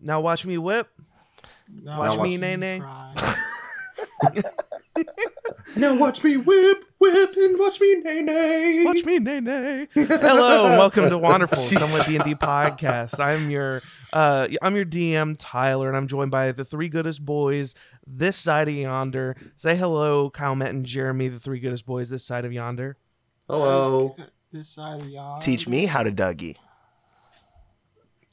Now watch me whip. Now Watch me, nay, nay. cry. Now watch me whip, whip, and watch me nay nay. Watch me nay nay. Hello, and welcome to Wonderful Somewhat D and D podcast. I'm your uh I'm your DM Tyler, and I'm joined by the three goodest boys this side of yonder. Say hello, Kyle Met and Jeremy, the three goodest boys this side of yonder. Hello. This side of y'all. Teach me how to Dougie.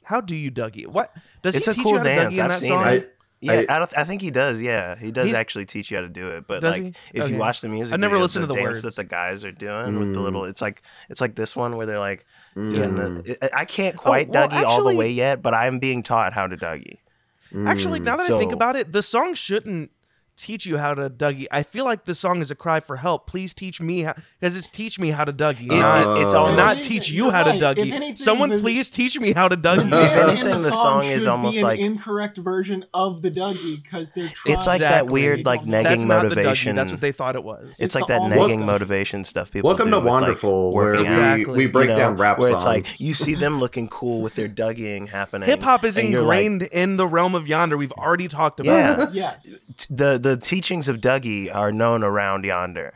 How do you Dougie? What does It's he a teach cool you how to Dougie dance. in I've that seen song? I, Yeah, I- I, don't. I think he does. Yeah, he does He's- actually teach you how to do it. But Does like, he? if Okay. you watch the music, I've never video, listened to the dance words. that the guys are doing with the Mm. little. It's like it's like this one where they're like, doing mm, the, I I can't quite well, Dougie all the actually- way yet, but I'm being taught how to Dougie. Actually, mm. now that I think so- about it, the song shouldn't teach you how to Dougie. I feel like the song is a cry for help. Please teach me how, because it's teach me how to Dougie. It- not- Uh, it's Oh. and almost not If teach anything- you you're how to right. Dougie. If anything, Someone the- please teach me how to The Dougie. dance in anything, the song is should almost be an like- incorrect version of the Dougie because they're trying. It's like that Exactly. weird like That's negging That's not motivation. the Dougie. That's what they thought it was. it's It's like the that all- negging Welcome- motivation stuff people Welcome do to with, like, Wonderful, where working we, out. Exactly. we break you know, down rap where songs. it's like you see them looking cool with their Dougieing happening. Hip hop is and you're like, ingrained in the realm of yonder. We've already talked about. Yeah. Yes. t- the the teachings of Dougie are known around yonder,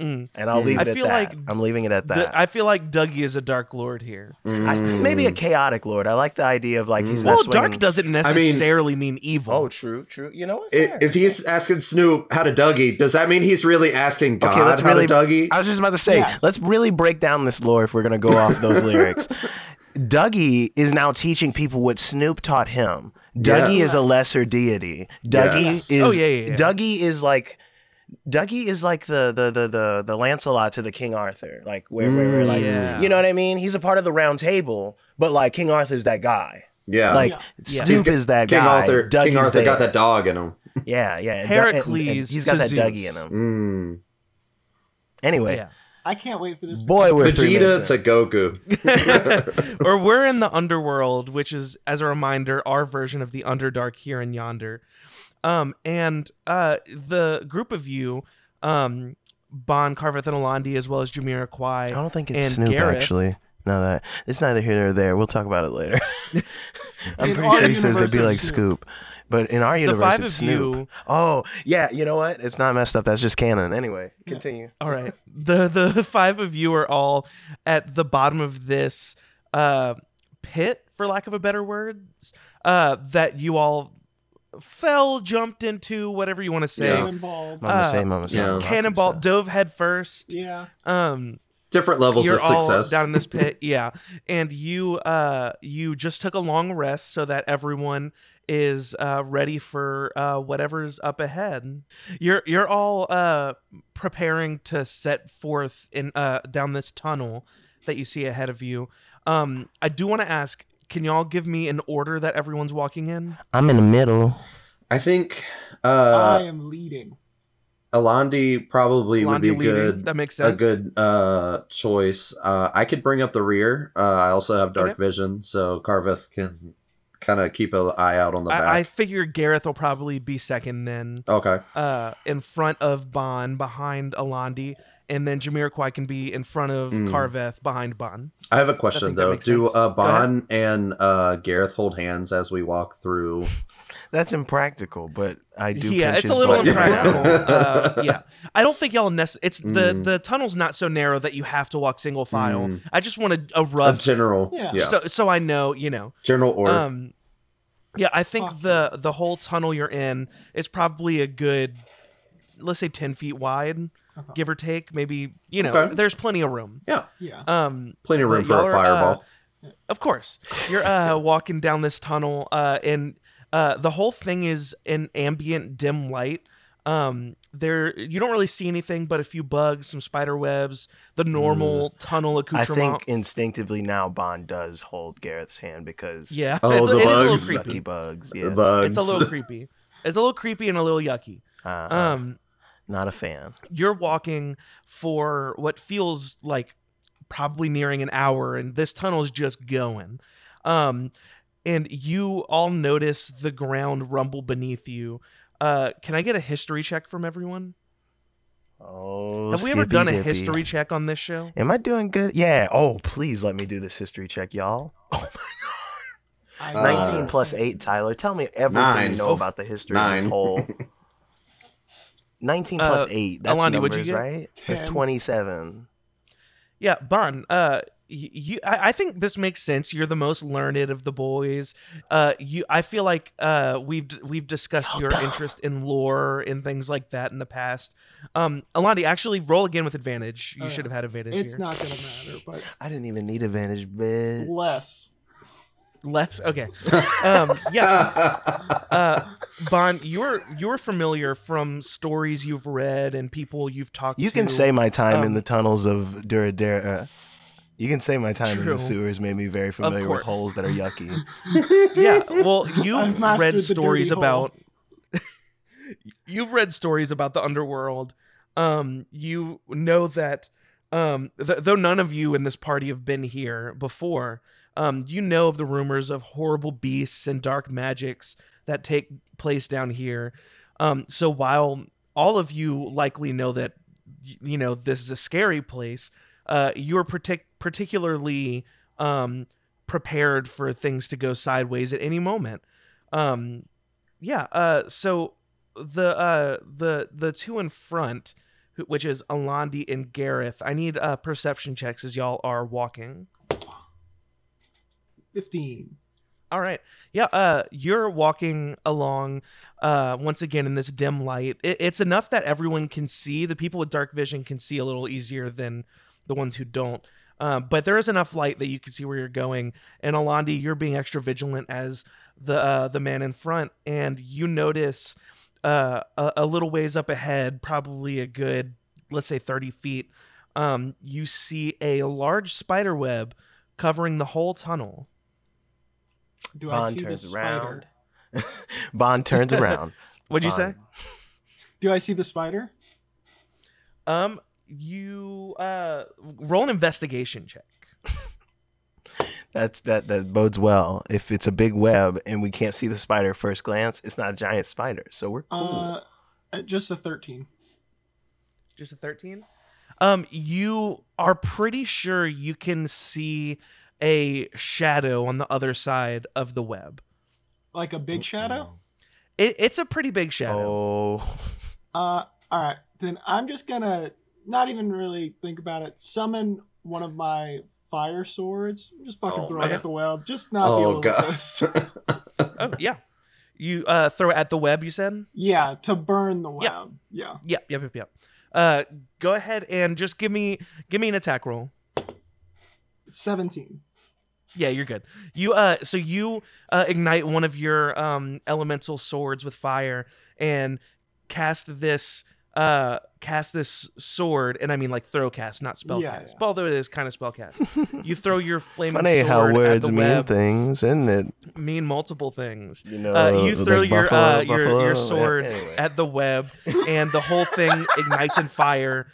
Mm. and I'll leave I it at feel that. like I'm leaving it at The- that. I feel like Dougie is a dark lord here. I- maybe a chaotic lord. I like the idea of like he's not well, swinging. dark doesn't necessarily mean evil. Oh, true, true. You know what? I- Fair. if he's asking Snoop how to Dougie, does that mean he's really asking God Okay, let's how really. to Dougie? I was just about to say, Yes. let's really break down this lore if we're gonna go off those lyrics. Dougie is now teaching people what Snoop taught him. Dougie Yes. is a lesser deity. Dougie Yes. is Oh, yeah, yeah, yeah. Dougie is like Dougie is like the the the the the Lancelot to the King Arthur. Like where, where, where like Mm, Yeah. you know what I mean? He's a part of the round table, but like King Arthur's that guy. yeah. Like Yeah. He's Snoop got- is that King guy. Arthur, Dougie's King Arthur there. got that dog in him. Yeah, yeah. and- Heracles and- and he's got to that Zeus. Dougie in him. Mm. Anyway, Yeah. I can't wait for this. To boy, we're three Vegeta minutes to in. Goku. or we're in the underworld, which is, as a reminder, our version of the Underdark here and yonder. Um, and uh, the group of you, um, Bon Carveth and Alandi, as well as Jameer Kwai. I don't think it's and Snoop Gareth. actually. No, that it's neither here nor there. We'll talk about it later. I'm In pretty our sure he says universe, they'd be it's like Snoop. Scoop, but in our the universe, five of it's Snoop. you. Oh yeah, you know what? It's not messed up. That's just canon. Anyway, continue. All right. The the five of you are all at the bottom of this uh pit, for lack of a better words, uh, that you all fell, jumped into, whatever you want to say. Yeah. involved. Mama Uh, say, mama say. yeah. mama Cannonball say. dove headfirst. Yeah. Um Different levels you're of all success. down in this pit yeah and you uh you just took a long rest so that everyone is uh ready for uh whatever's up ahead you're you're all uh preparing to set forth in uh down this tunnel that you see ahead of you um i do want to ask can y'all give me an order that everyone's walking in I'm in the middle. I think I uh, am leading. Alandi probably would Blondie be leading? good. that makes a sense good uh choice. Uh I could bring up the rear. Uh I also have dark Okay. vision, so Carveth can kind of keep an eye out on the I, I back. figure gareth will probably be second then okay. uh, in front of Bon, behind Alandi, and then Jamiroquai can be in front of Mm. Carveth, behind Bon. I have a question think that though. makes Do sense. uh Go ahead. Bon and uh Gareth hold hands as we walk through? uh, That's impractical, but I do. Yeah, pinch it's a his little butt. impractical. uh, yeah, I don't think y'all. Nece- it's the Mm. the tunnel's not so narrow that you have to walk single file. Mm. I just want a, a A rough, general. Yeah. Yeah. so so I know you know. general order. Um, yeah, I think Fuck. the the whole tunnel you're in is probably a good, let's say ten feet wide, Okay. give or take. Maybe you know, Okay. there's plenty of room. yeah. Yeah. Um, Plenty of room but for y'all a are, fireball. Of course. You're uh, walking down this tunnel, uh, and uh, the whole thing is in ambient dim light. Um, there you don't really see anything but a few bugs, some spider webs, the normal Mm. tunnel I accoutrement. think instinctively now Bond does hold Gareth's hand because yeah. Oh, it's, the it is bugs. a little sucky creepy. bugs. The Yeah, Bugs. Uh-huh. It's a little creepy. It's a little creepy and a little yucky. Uh, Um, not a fan. you're walking for what feels like probably nearing an hour and this tunnel is just going um and you all notice the ground rumble beneath you uh can i get a history check from everyone Oh, have we ever skippy done a dippy. history check on this show Am I doing good? Yeah. Oh, please let me do this history check, y'all. I- 19 plus 8, Tyler. Tell me everything Uh, Nine. you know Oh. about the history of this Nine. whole. 19 plus Uh, 8. That's Alani, numbers, what'd you get? right? That's Ten. 27. Yeah, Bon. Uh, y- you. I, I think this makes sense. You're the most learned of the boys. Uh, you. I feel like uh, we've d- we've discussed your interest in lore and things like that in the past. Um, Alandi, actually, roll again with advantage. You Oh, should yeah. have had advantage. It's here. not gonna matter, but I didn't even need advantage, bitch. less. less. Okay. um, yeah. Uh, Bon, you're you're familiar from stories you've read and people you've talked. You to. can say my time in um, the tunnels of Duradera. You can say my time in True. the sewers made me very familiar with course. holes that are yucky. Yeah. Well, you've I've mastered read the stories dirty hole. about you've read stories about the underworld. Um, you know that, um, th- though none of you in this party have been here before, um, you know of the rumors of horrible beasts and dark magics that take place down here. Um, so while all of you likely know that, y- you know, this is a scary place, uh, you're partic- particularly um, prepared for things to go sideways at any moment. Um, yeah. Uh, so the uh the the two in front who- which is alandi and gareth i need uh perception checks as y'all are walking Fifteen. all right yeah uh you're walking along uh once again in this dim light it, it's enough that everyone can see the people with dark vision can see a little easier than the ones who don't uh, but there is enough light that you can see where you're going and alandi you're being extra vigilant as the uh, the man in front and you notice uh, a, a little ways up ahead probably a good let's say 30 feet um, you see a large spider web covering the whole tunnel Do I Bond see the turns spider? around. Bond turns around. what'd you Bond. say Do I see the spider? um you uh roll an investigation check That's that that bodes well. If it's a big web and we can't see the spider at first glance, it's not a giant spider, so we're cool. Uh, uh, just a thirteen. just a 13 um you are pretty sure you can see a shadow on the other side of the web Like a big shadow. it, it's a pretty big shadow Oh, Uh, all right. Then I'm just gonna not even really think about it. Summon one of my fire swords. Just fucking Oh, throw it man. at the web. Just not oh dealing god. with this. oh yeah you uh throw it at the web you said Yeah, to burn the web. Yeah. Yeah. yeah. Yep, yep, yep, yep. Uh, go ahead and just give me give me an attack roll. Seventeen. Yeah, you're good. You uh, so you uh, ignite one of your um elemental swords with fire and cast this uh cast this sword, and I mean like throw cast, not spell Yeah, cast. yeah. Although it is kind of spell cast. you throw your flaming funny sword how at words the mean web, things, isn't it? mean multiple things. You know, Uh, you like throw your buffalo, uh, your your buffalo. sword Anyway. at the web, and the whole thing ignites in fire,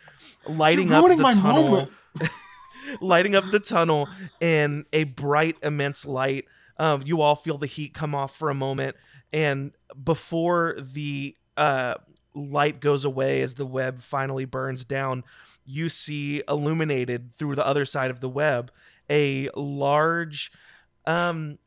lighting You're up the ruining my tunnel, moment. lighting up the tunnel in a bright, immense light. Um, you all feel the heat come off for a moment, and before the uh, light goes away as the web finally burns down, you see illuminated through the other side of the web a large. Um,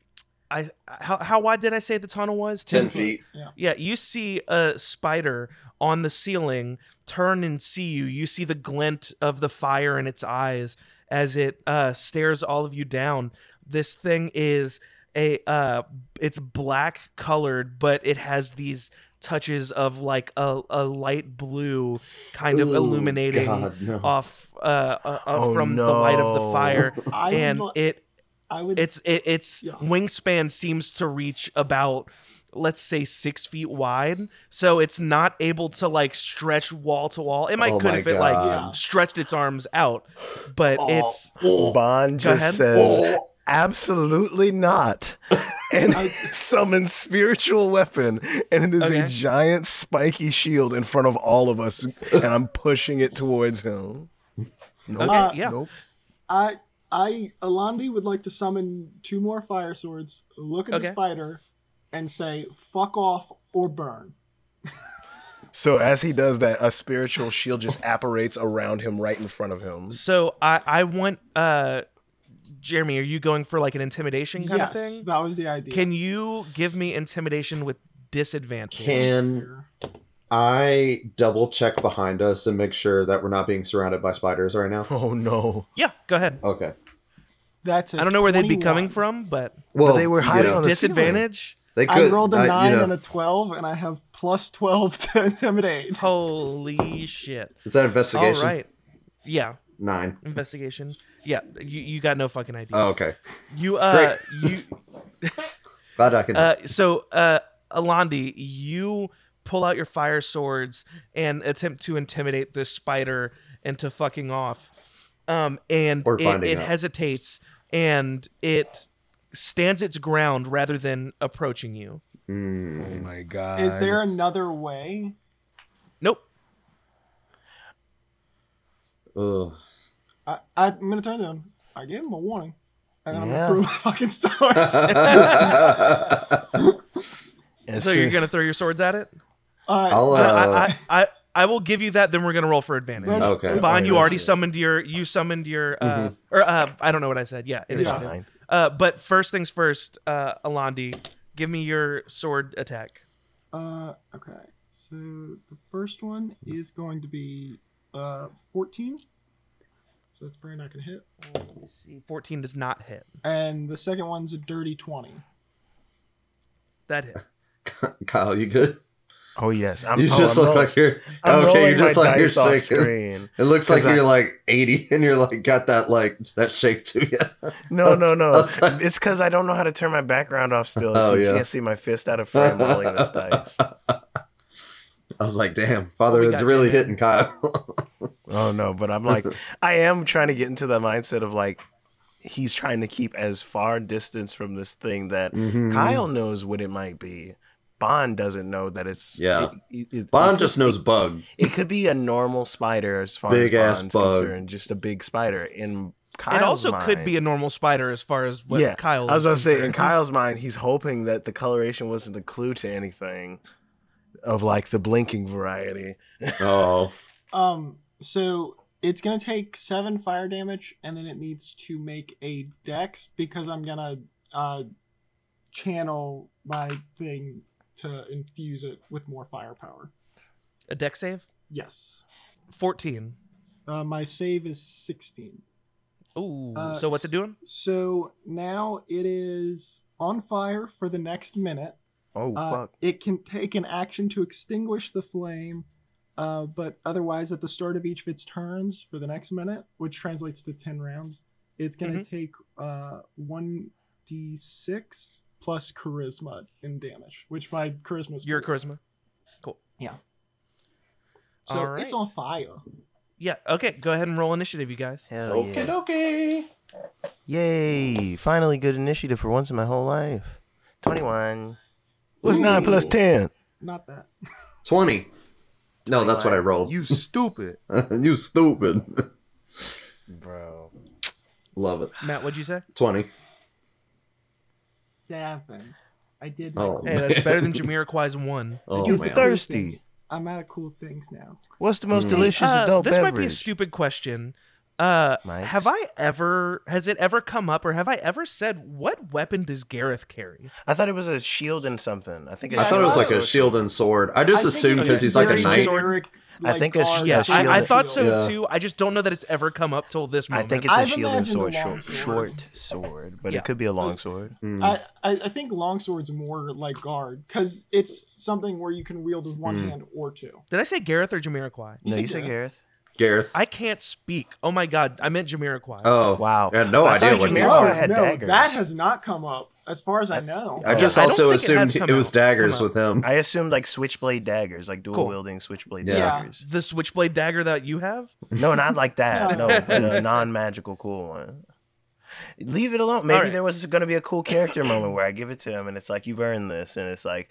I how how wide did I say the tunnel was? Ten feet. Yeah, you see a spider on the ceiling turn and see you. You see the glint of the fire in its eyes as it uh, stares all of you down. This thing is a uh, it's black colored, but it has these touches of like a, a light blue kind of Ooh, illuminating God, no. off uh, uh, uh, Oh, from the light of the no. fire, I and would. li- it I would. it's it, its Yeah. wingspan seems to reach about let's say six feet wide so it's not able to like stretch wall to wall it might Oh could my if it like God. Yeah. stretched its arms out but Oh, it's oh, Bond Go just ahead. says, oh. "Absolutely not," and I- summons spiritual weapon, and it is Okay. a giant spiky shield in front of all of us, and I'm pushing it towards him. Nope. okay Uh, yeah Nope. I. I. Alandi would like to summon two more fire swords. Look at Okay. the spider, and say "fuck off" or burn. So as he does that, a spiritual shield just apparates around him, right in front of him. so i i want uh Jeremy, are you going for like an intimidation kind yes, of thing? that was the idea. Can you give me intimidation with disadvantage? Can I double check behind us and make sure that we're not being surrounded by spiders right now? Oh no! yeah, go ahead. Okay. That's. I I don't know where they'd be coming from, but Well, they were you hiding Oh, know, on the disadvantage. they I could, rolled a uh, you nine know, and a twelve, and I have plus twelve to intimidate. Holy shit! Is that All investigation? right. Yeah, Nine. investigation. Yeah, you, you got no fucking idea. Oh, okay. you uh you Glad I can. uh so uh Alandi, you pull out your fire swords and attempt to intimidate this spider into fucking off. Um and Or it, finding it out. hesitates and it stands its ground rather than approaching you. Mm. Oh my god! Is there another way? Nope. Ugh. I, I'm gonna turn them. I gave him a warning, and then I'm Yeah. gonna throw my fucking swords. As So you're soon- gonna throw your swords at it? Uh, I'll, I uh, I, I, I I will give you that. Then we're gonna roll for advantage. That's- okay. Bon, you Yeah. already summoned your you summoned your uh Mm-hmm. or uh I don't know what I said. Yeah, It's Yeah. initiative. fine. Uh, but first things first, uh, Alandi, give me your sword attack. uh, okay. So the first one is going to be uh 14. So that's probably not gonna hit. 14 does not hit. And the second one's a dirty 20. That hit. Kyle, you good? Oh yes, I'm. You oh, just I'm look roll- like you're I'm okay. rolling You're just my like you're dice off shaking. Screen. It looks 'Cause like you're I- like 80, and you're like got that like that shake to you. No, no, no. That's- that's- It's because I don't know how to turn my background off still, so Oh, you yeah. can't see my fist out of frame rolling this dice. I was like, damn, father, We it's got you, really man. hitting Kyle. Oh no, but I'm like, I am trying to get into the mindset of like, he's trying to keep as far distance from this thing that Mm-hmm. Mhm. Kyle knows what it might be. Bond doesn't know that it's Yeah. It, it- Bond it- just knows bug. it could be a normal spider as far Big as ass Bond's bug. concerned, just a big spider. In Kyle's it also could mind- be a normal spider as far as what yeah, Kyle I was gonna is say, in concerned. Kyle's mind, he's hoping that the coloration wasn't a clue to anything of like the blinking variety. Oh, Um, so it's gonna take seven fire damage, and then it needs to make a dex because I'm gonna uh channel my thing to infuse it with more firepower. A deck save? Yes. 14. Uh, my save is 16. Ooh. Uh, so what's it doing? So now it is on fire for the next minute. Oh Uh, fuck! It can take an action to extinguish the flame, uh, but otherwise, at the start of each of its turns for the next minute, which translates to 10 rounds, it's going to Mm-hmm. take uh, 1d6 plus charisma in damage, which my charisma is. Your four. charisma? Cool. Yeah. So All right. it's on fire. yeah. Okay. Go ahead and roll initiative, you guys. Hell okay, okay. Yay! Finally, good initiative for once in my whole life. Twenty-one. What's nine plus ten? Not that. 20. No, that's what I rolled. You, You stupid, stupid. bro. Love it. Matt, what'd you say? 20. Seven. I did. Oh, Hey, that's better than Jamiroquai's one. Oh, you man. thir- thirsty. things. I'm out of cool things now. What's the most Mm. delicious Uh, adult this beverage? might be a stupid question. Uh, Mike? have I ever? Has it ever come up, or have I ever said what weapon does Gareth carry? I thought it was a shield and something. I think I thought it was like a also- shield and sword. I just I think assumed it's because he's like a very knight. sword. generic, I like, think it's- guard Oh, yeah, Yeah, shield shield I, I and- thought so Yeah. too. I just don't know that it's ever come up till this I moment. think it's a I've shield and imagined sword, a long short, sword. short sword, but Yeah. it could be a long sword. Mm. I, I I think longsword's more like guard because it's something where you can wield with one Hmm. hand or two. Did I say Gareth or Jamiroquai? You no, said you said Gareth. Gareth. I can't speak. Oh my god, I meant Jamiroquai. oh, Wow. I had no I thought idea what you he meant- was. I had daggers. that has not come up as far as I know. I just I don't also think it has assumed come it, was out. daggers Come with him. I assumed like switchblade daggers, like dual Cool. wielding switchblade Yeah. daggers. The switchblade dagger that you have? No, not like that. No. no, but a non magical cool one. Leave it alone. Maybe right. there was going to be a cool character moment where I give it to him and it's like, you've earned this. And it's like,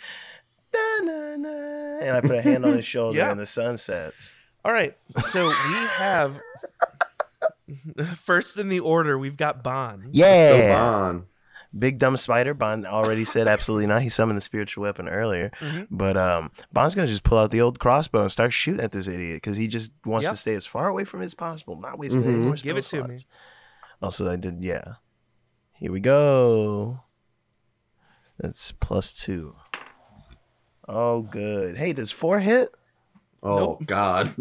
na, na, na, and I put a hand on his shoulder Yeah. and the sun sets. All right. So we have first in the order. We've got Bond. Go on. Big dumb spider. Bond already said absolutely not. He summoned the spiritual weapon earlier. Mhm. But um, Bond's going to just pull out the old crossbow and start shooting at this idiot because he just wants Yeah. to stay as far away from it as possible, not wasting Mhm. any more Give spell it to me. slots. Also, I did, yeah. Here we go. That's plus two. Oh, good. Hey, does four hit? Oh God.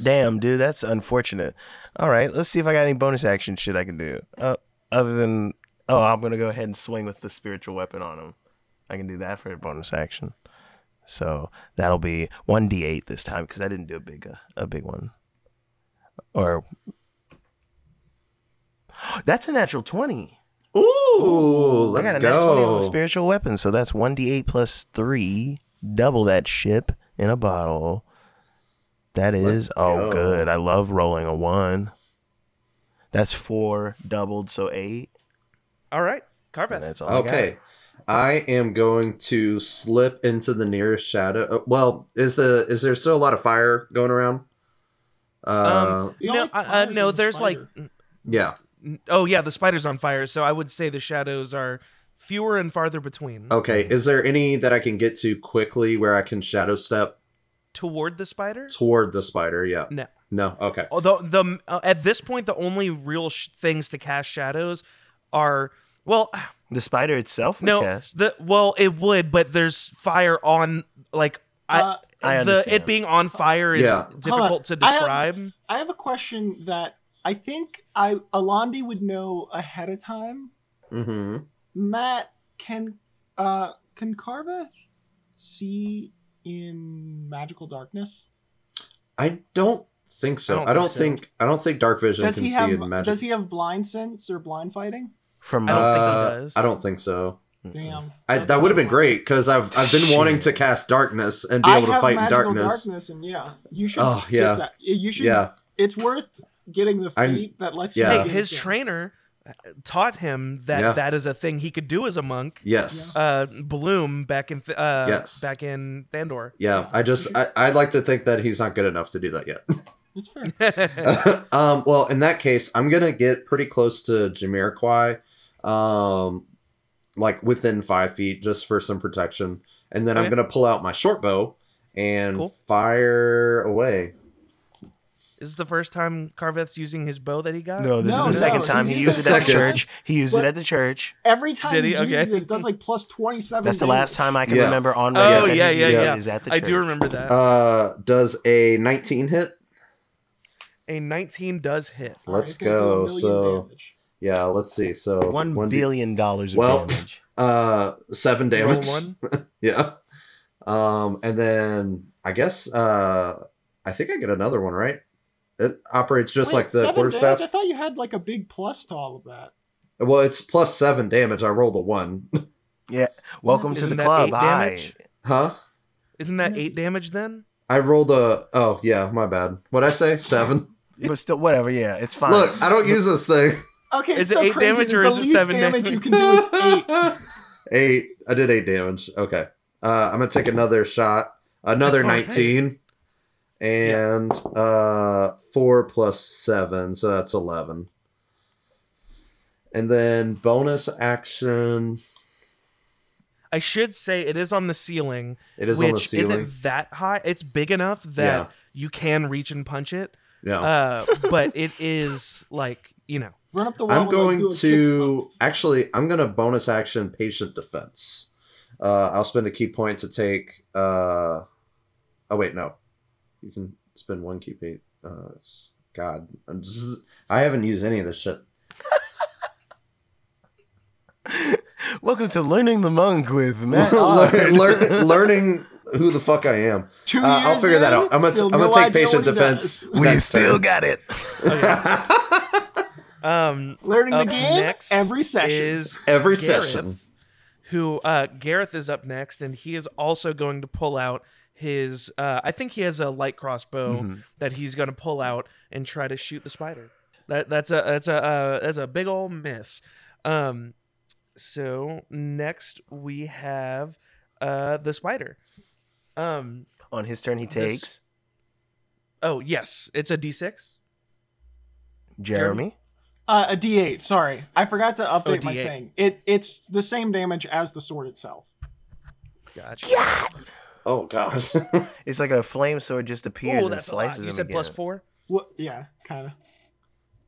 Damn, dude, that's unfortunate. All right, let's see if I got any bonus action shit I can do. Uh, other than, oh, I'm gonna go ahead and swing with the spiritual weapon on him. I can do that for a bonus action. So that'll be one d8 this time because I didn't do a big uh, a big one. Or that's a natural twenty. Ooh, I let's got a natural 20 on the go. spiritual weapon, so that's one d8 plus three. Double that ship in a bottle. That is Let's oh go. good. I love rolling a one. That's four doubled, so eight. All right, And Carveth. that's all. I got. Okay. I am going to slip into the nearest shadow. uh, Well, is the is there still a lot of fire going around? Uh, Um, The no, only uh, uh, fires no. are the There's like, spider. yeah. n- oh yeah, the spider's on fire. So I would say the shadows are fewer and farther between Okay. Is there any that I can get to quickly where I can shadow step toward the spider. toward the spider? Yeah. No. No. Okay. Although the uh, at this point, the only real sh- things to cast shadows are well, The spider itself. we no, cast. the well it would, but there's fire on like I. Uh, I the understand. it being on fire is Yeah. difficult to Hold on. I have- describe. I have a question that I think I Alandi would know ahead of time. Mm-hmm. Matt, can uh can Carveth see in magical darkness? I don't think so. I don't think, I don't think dark vision Does can he see have in magic. does he have blind sense or blind fighting? From I don't think he Uh, does. I don't think so. Damn. Hmm. I, that would have been great because I've I've been wanting to cast darkness and be able to I have fight in magical darkness. and yeah, you should. Oh, get yeah. that. You should. Yeah, It's worth getting the I'm- feat that lets yeah. you. Hey, get it his done. trainer uh, taught him that Yeah. that is a thing he could do as a monk. yes, Uh, Bloom back in th- uh, Yes. back in Thandor. yeah. I just I, I'd like to think that he's not good enough to do that yet. It's fair. um, well, in that case, I'm gonna get pretty close to Jamiroquai, um, like within five feet, just for some protection. And then I'm Okay. gonna pull out my short bow and Cool. fire away. This is the first time Carveth's using his bow that he got. No, this No, is the no, second time he he's used it at the second. church. He used What? it at the church. Every time Did he, he? Okay. uses it, it does like plus twenty seven. That's the last time I can Yeah. remember on Oh, record. that yeah, he's yeah, used it yeah. Is at the I church. do remember that. Uh, does a 19 hit? a 19 does hit. Let's go. So yeah, let's see. So One one D- billion dollars of Well, damage. uh, seven damage. Roll one. Yeah. Um, and then I guess uh, I think I get another one, right? It operates just like the quarterstaff. I thought you had like a big plus to all of that. Well, it's plus seven damage. I rolled a one. Welcome to Isn't the that club. eight Hi. damage? huh? Isn't that eight damage then? I rolled a. Oh yeah, my bad. What I say? Seven. But still, whatever. Yeah, it's fine. Look, I don't use this thing. Okay, Is it's it so eight crazy. damage that or the is it least seven damage damage? you can do is eight. eight. I did eight damage. Okay. Uh, I'm gonna take another shot. Another That's all right. 19. And uh four plus seven, so that's eleven. And then bonus action. I should say it is on the ceiling, It is which on the ceiling. isn't that high. It's big enough that Yeah. Oh. you can reach and punch it, Yeah. uh, but it is like you know. Run up the wall. I'm and, like, going do a kick to uh, actually. I'm going to bonus action patient defense. Uh, I'll spend a key point to take. Uh, oh wait, no, you can spend one key point. Uh, it's, God, I'm just, I haven't used any of this shit. Welcome to Learning the Monk with Matt. Odd. Learn- learn- learning who the fuck I am. pump. Two Uh, I'll uh, years figure that in, out. I'm gonna. still I'm gonna no take idea patient what he defense. does. we next still turn. got it. Um, Learning the Up game next every session. is Every Gareth. session. who uh, Gareth is up next, and he is also going to pull out his. Uh, I think he has a light crossbow Mhm. that he's going to pull out and try to shoot the spider. That that's a that's a uh, that's a big old miss. Um, so next we have uh, the spider. Um, On his turn, he takes oh yes, it's a d6. Jeremy. Uh, a D8. Sorry, I forgot to Oh, update my D8. thing. It it's the same damage as the sword itself. Gotcha. Oh gosh. It's like a flame sword just appears Oh, and that's a lot. slices You him said plus again. four. What? Yeah, kind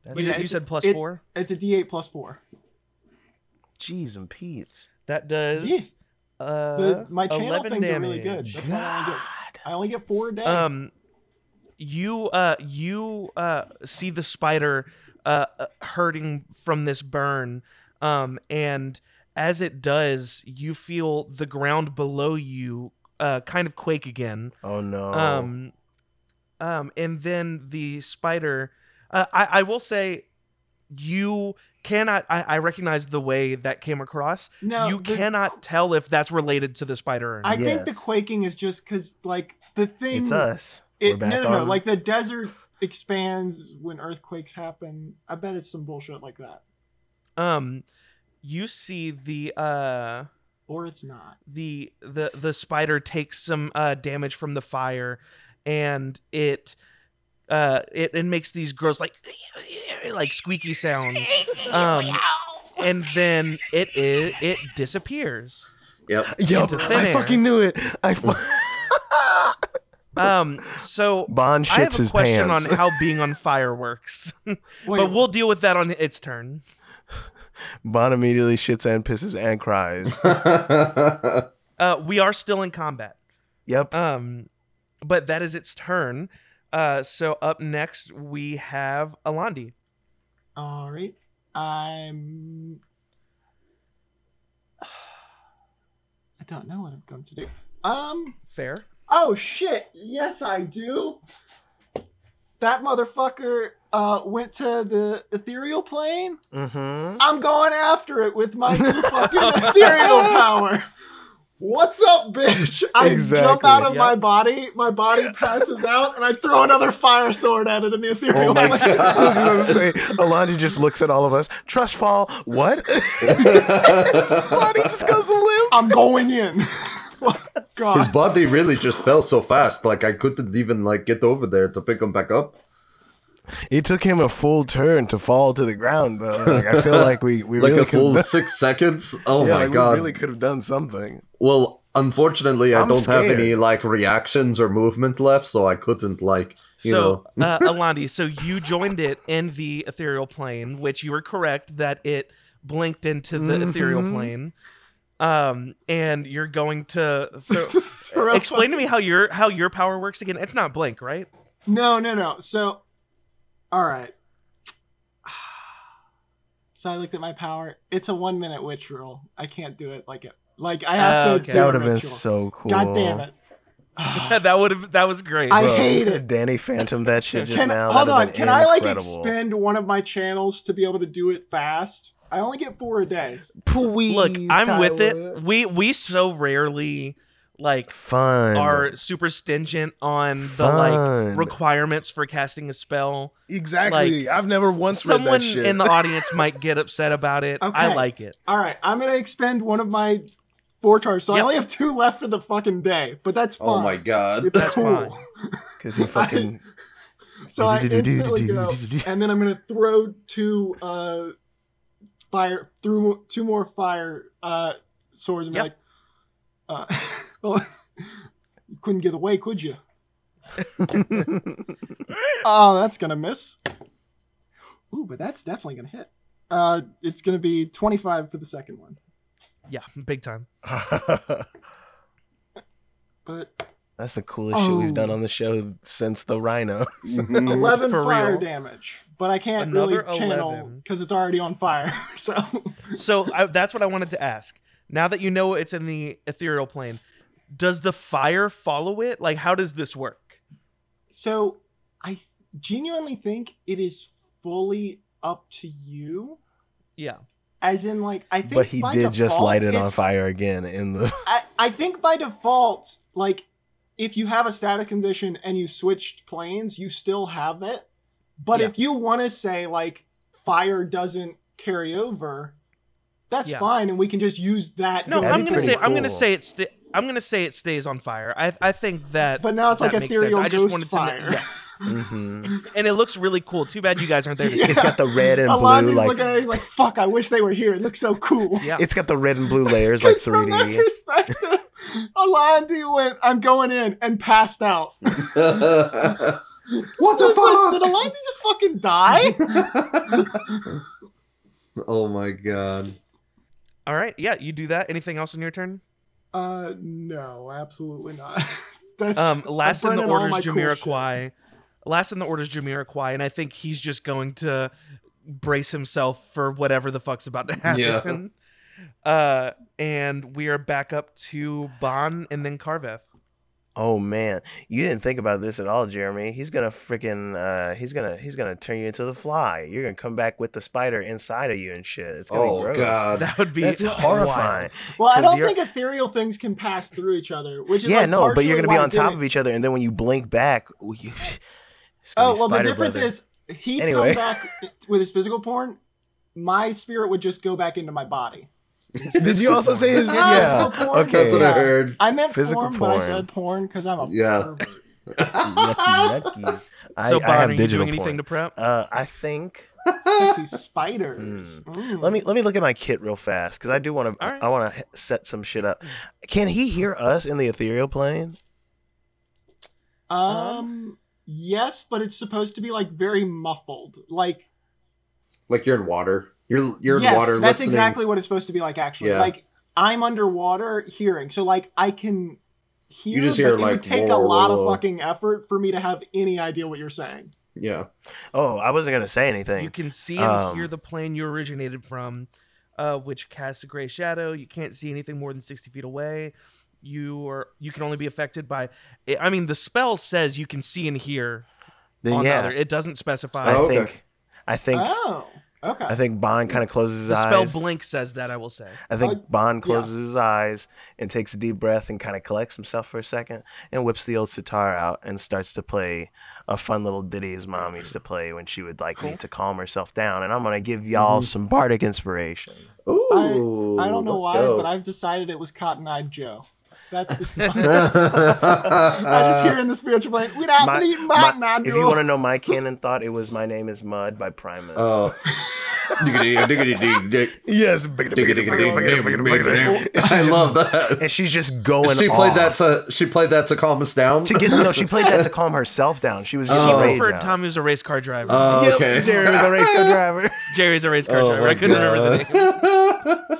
of. You, you Yeah, it's- said plus it- four. It's a D8 plus four. Jeez and Pete's. That does. Yeah. Uh, The- my channel 11 things are really good. damage. That's why I only God. I only get four a day. Uh, um you uh you uh see the spider uh uh, hurting from this burn um and as it does you feel the ground below you uh kind of quake again Oh no. um um and then the spider uh, i i will say you cannot i i recognize the way that came across no, you the- cannot tell if that's related to the spider or not I think the Yes. quaking is just because like the thing. mm, it's us. It, We're back no, no, no. on. Like the desert expands when earthquakes happen. I bet it's some bullshit like that, um you see the uh or it's not. the the the spider takes some uh damage from the fire and it uh it, it makes these gross like like squeaky sounds um and then it it, it disappears Yep. Yup, into thin I air. fucking knew it. I fu- um so Bond I shits have a his question pants. on how being on fire works, Wait, but we'll deal with that on its turn. Bond immediately shits and pisses and cries. Uh, we are still in combat. Yep. Um, but that is its turn. Uh, so up next we have Alandi. all right. I'm. I don't know what I'm going to do. Um. Fair. Oh shit! Yes, I do. That motherfucker uh, went to the ethereal plane. mm-hmm. I'm going after it with my new fucking ethereal power. What's up, bitch? I jump Exactly, out of yep. my body, my body passes out, and I throw another fire sword at it in the ethereal Oh my plane. I was gonna say, God. Alandi just looks at all of us. Trust fall. What? Alandi just goes limp. I'm going in. God. His body really just fell so fast, like I couldn't even like get over there to pick him back up. It took him a full turn to fall to the ground, though. Like, I feel like we we Like really a full could've- six seconds. Oh yeah, my like, we god. really could have done something. Well, unfortunately, I I'm don't have scared. any like reactions or movement left, so I couldn't like you So, know. uh, Alandi, so you joined it in the ethereal plane, which you were correct that it blinked into the ethereal Mhm. plane. Um, and you're going to throw- Throw explain to me how your how your power works again. It's not blink, right? No, no, no. So, all right. So I looked at my power. It's a one minute witch rule. I can't do it like it. Like I have Ah, to. okay. Do a Oh, That would have been ritual. so cool. God damn it. that would have that was great. I Bro, hate it. Danny Phantom that shit just Can now. hold That'd on? have Can been I like incredible. expend one of my channels to be able to do it fast? I only get four a day. Please, Look, I'm with Tyler. it. We we so rarely like Fun. are super stingent on the Fun. like requirements for casting a spell. exactly. I've never once read Someone that shit. in the audience might get upset about it. I Okay. like it. All right, I'm gonna expend one of my four charges, so I Yep. only have two left for the fucking day. But that's fine. Oh my god. It's That's cool. fine. Because he fucking. So I instantly go, and then I'm gonna throw two uh, fire through two more fire uh, swords and be Yep. like, uh, well, you couldn't get away, could you? Oh, that's gonna miss. Ooh, but that's definitely gonna hit. Uh, it's gonna be 25 for the second one, Yeah, big time. but That's the coolest shit Oh. we've done on the show since the Rhino. Mhm. 11 For fire real? damage. But I can't Another really channel 11. because it's already on fire. So So I, that's what I wanted to ask. Now that you know it's in the ethereal plane, does the fire follow it? Like, how does this work? So I th- genuinely think it is fully up to you. Yeah. As in, like I think, But he by did just default, light it on it's- fire again in the. I, I think by default, like if you have a status condition and you switched planes, you still have it. But Yeah. if you want to say like fire doesn't carry over, that's Yeah. fine, and we can just use that. No, That'd I'm be gonna say pretty I'm gonna cool. say it. Sta- I'm gonna say it stays on fire. I I think that. But now it's that like makes sense. ethereal I just ghost wanted to kn- fire. yes. Mm-hmm. Mhm. and it looks really cool. Too bad you guys aren't there. To see It's got the red and blue Alondi's like. looking at it, he's like, "Fuck! I wish they were here. It looks so cool." Yeah. It's got the red and blue layers like Because From that 3D. perspective, Alandi went, I'm going in, and passed out. What what the Did fuck? Alandi just fucking die? oh my god. All right. Yeah, you do that. Anything else in your turn? Uh, no, absolutely not. That's Um, I'm last in the burning all orders my cool shit. Jamiroquai. last in the orders Jamiroquai, and I think he's just going to brace himself for whatever the fuck's about to Yeah. happen. Uh, and we are back up to Bon and then Carveth. Oh man, you didn't think about this at all, Jeremy. He's gonna freaking uh, he's gonna he's gonna turn you into the fly. You're gonna come back with the spider inside of you and shit. It's gonna be Oh gross. god. That would be That's wild. horrifying. Well, I 'Cause don't you're- think ethereal things can pass through each other, which is yeah, like no, but partially you're gonna be why I on top did of it. each other, and then when you blink back, ooh, you, it's gonna Oh be well, the Spider difference Brother. is he'd come Anyway. back with his physical porn. My spirit would just go back into my body. Did you also say his? Ah, yeah. physical porn. Okay. That's what I heard. I meant Physical form, but I porn. said porn because I'm a Yeah. pervert. Yucky, yucky. I, So, I Bon, have are you digital doing anything porn. to prep? uh, I think sexy spiders. Hmm. Mm. Let me let me look at my kit real fast because I do want All to. right. Mm. I want to set some shit up. Can he hear us in the ethereal plane? uh-huh. Um. Yes, but it's supposed to be like very muffled. Like Like you're in water. You're you're yes, in water that's listening. exactly what it's supposed to be like. Actually, Yeah. like I'm underwater hearing, so like I can hear. just hear, but it like, would take whoa, a whoa, lot whoa. of fucking effort for me to have any idea what you're saying. Yeah. Oh, I wasn't gonna say anything. You can see and Um, hear the plane you originated from, uh, which casts a gray shadow. You can't see anything more than sixty feet away. You are you can only be affected by. I- I mean, the spell says you can see and hear then on the yeah, other. It doesn't specify. I Oh, okay. think, I think, Oh, okay. I think Bond kind of closes his Ah. the spell eyes. blink says that. I will say. I think Uh, Bond closes his eyes and takes a deep breath and kind of collects himself for a second and whips the old sitar out and starts to play a fun little ditty his mom used to play when she would like Cool. need to calm herself down. And I'm gonna give Mm-hmm. y'all some bardic inspiration. Ooh. I don't know let's why, go. but I've decided it was Cotton Eye Joe. That's the song. I just I hear in the spiritual plane. We don't My- believe in my- Cotton Eye Joe. If you want to know my canon thought, it was "My Name Is Mud" by Primus. Oh. Diggity, diggity, dig, dig, yes, diggity, diggity, dig, dig, dig, dig. I love that. and she's just going. She played off. that to she played that to calm us down. to get no. She played that to calm herself down. She was getting Oh. I rage preferred out. Tommy was a race car driver. Oh, Yep, okay. Jeremy's a race car driver. Jerry's a race car Oh driver. my I couldn't remember the name. God.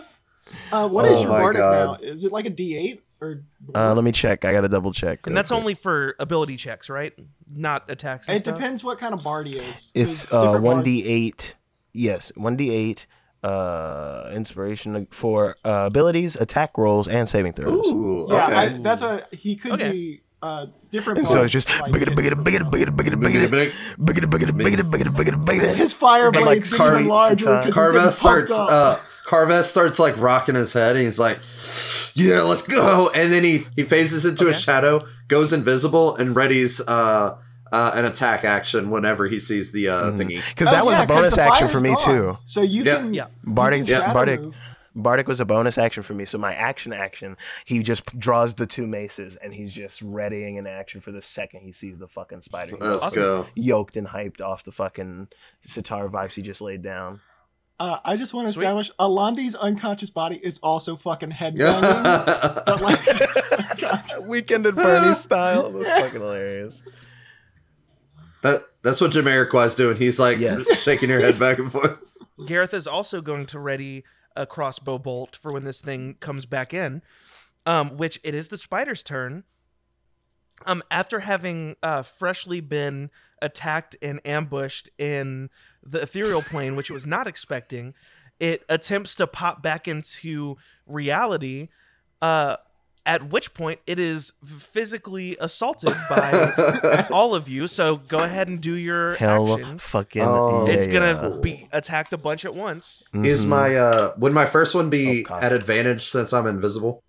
Uh, what is Oh your my bardic now? God. Is it like a D eight or? Uh, let me check. I gotta double check. And real that's quick. only for ability checks, right? Not attacks. And it stuff? depends what kind of bard he is. It's uh one d eight. Yes, one d eight. Uh, inspiration for uh, abilities, attack rolls, and saving throws. Ooh, Yeah, I, okay. that's a he could Okay. be uh different. And so bards, it's just like, biggity, biggity, biggity, biggity, biggity, biggity, Biggity, biggity, biggity, biggity, biggity, biggity, biggity. His fire Like uh, blades Car- become larger. Car- because he's Carveth getting pumped starts up. uh Carveth starts like rocking his head and he's like yeah let's go and then he he phases into a Okay. shadow goes invisible and readies uh uh an attack action whenever he sees the uh thingy Because Oh, that was yeah, a 'cause bonus the action fire's for me gone. too. So you Yeah. can Yeah. Bardic, you can shadow Bardic, move. Bardic was a bonus action for me. So my action action, he just p- draws the two maces and he's just readying an action for the second he sees the fucking spider. He's let's Awesome. go yoked and hyped off the fucking sitar vibes he just laid down. Uh, I just want to Sweet. establish Alandi's unconscious body is also fucking head banging, yeah but like just unconscious. Weekend at Bernie style. It was fucking hilarious. that that's what Jamiroquai's doing he's like Yes. shaking your head back and forth Gareth is also going to ready a crossbow bolt for when this thing comes back in, um, which it is the spider's turn. Um, after having uh, freshly been attacked and ambushed in the ethereal plane, which it was not expecting, it attempts to pop back into reality. Uh, at which point, it is physically assaulted by all of you. So go ahead and do your Hell action. fucking Oh. It's yeah. gonna be attacked a bunch at once. is Mhm. my uh would my first one be Oh, God. at advantage since I'm invisible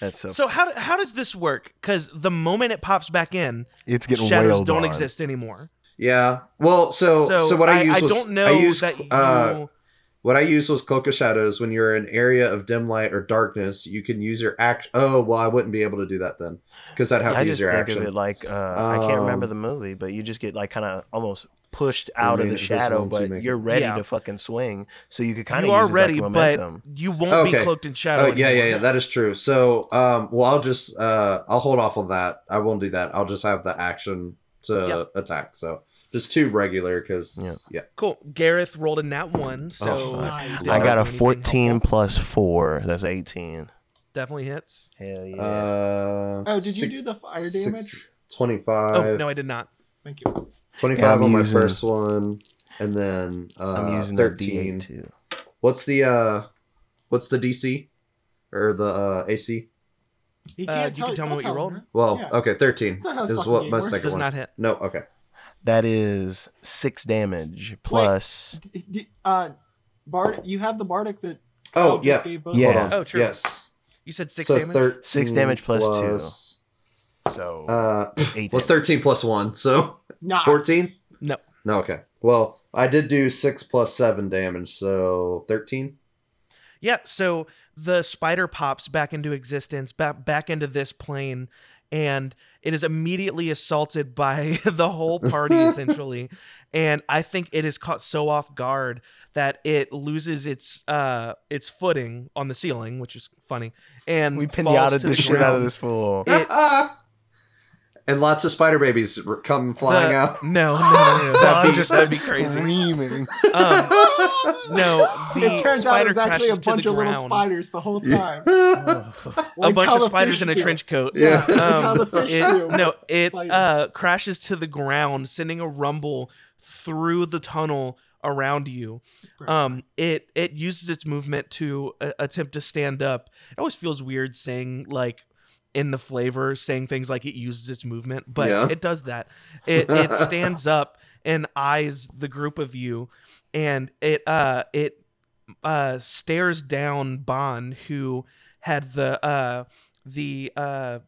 That's so, So how how does this work? Because the moment it pops back in, it's getting shadows wailed don't on. exist anymore. yeah well so So, so, what I, I, use was don't know I use that you. uh What I used was Cloak of Shadows. When you're in an area of dim light or darkness, you can use your action. Oh, well, I wouldn't be able to do that then because I'd have I to just use your think action. of it like uh, I can't remember Um, the movie, but you just get like kind of almost pushed out of Remain the invisible shadow, until you but make you're ready Yeah. to fucking swing, so you could kind of you use are it ready, like but momentum. you won't be Okay. cloaked in shadow. oh, yeah, yeah, anymore. yeah. That is true. So, um, well, I'll just uh, I'll hold off on that. I won't do that. I'll just have the action to Yep. attack. So Just two regular because yeah. Cool. Gareth rolled a nat one, so Oh, Nice. Yeah. I got a Anything 14 helpful? plus 4. That's 18. definitely hits. Hell yeah. Uh, Oh, did you six- do the fire damage? six- 25. Oh no, I did not. Thank you. 25 Yeah, I'm on my using- first one, and then uh, I'm using thirteen. that D8 too. What's the uh, what's the DC or the uh, AC? Uh, you He can tell me don't what you rolled. him. Well, Yeah. okay, thirteen It's not how this is fucking what game my works. Does second one. not hit. No, okay. That is 6 damage plus. D- d- Uh, Bard, you have the bardic that. Oh Kyle yeah, just Gave both Yeah. of us. Hold on. Oh, true. Yes. You said six so damage. thirteen Six damage plus two. plus- So, Uh, 8 well, thirteen plus one, so Nice. 14? No, no, okay. Well, I did do six plus seven damage, so thirteen. Yeah, so the spider pops back into existence, back back into this plane, and it is immediately assaulted by the whole party essentially. And I think it is caught so off guard that it loses its uh its footing on the ceiling, which is funny. And We falls pinated to the shit out of ground. this fool. Ah, and lots of spider babies r- come flying The- out. No, no, no, no, that'd I'm be, just that'd be crazy. screaming. Um, no, the It turns out spider it was actually a crashes to bunch the of little ground. spiders the whole time. a Like bunch how of the spiders fish in a do. trench coat. Yeah. This is how Um, the fish do. it, no, it Spiders. uh, crashes to the ground, sending a rumble through the tunnel around you. Great. Um, it it uses its movement to uh, attempt to stand up. It always feels weird saying like in the flavor, saying things like it uses its movement, but Yeah. it does that. It it stands up and eyes the group of you, and it uh it uh stares down Bond who had the uh the uh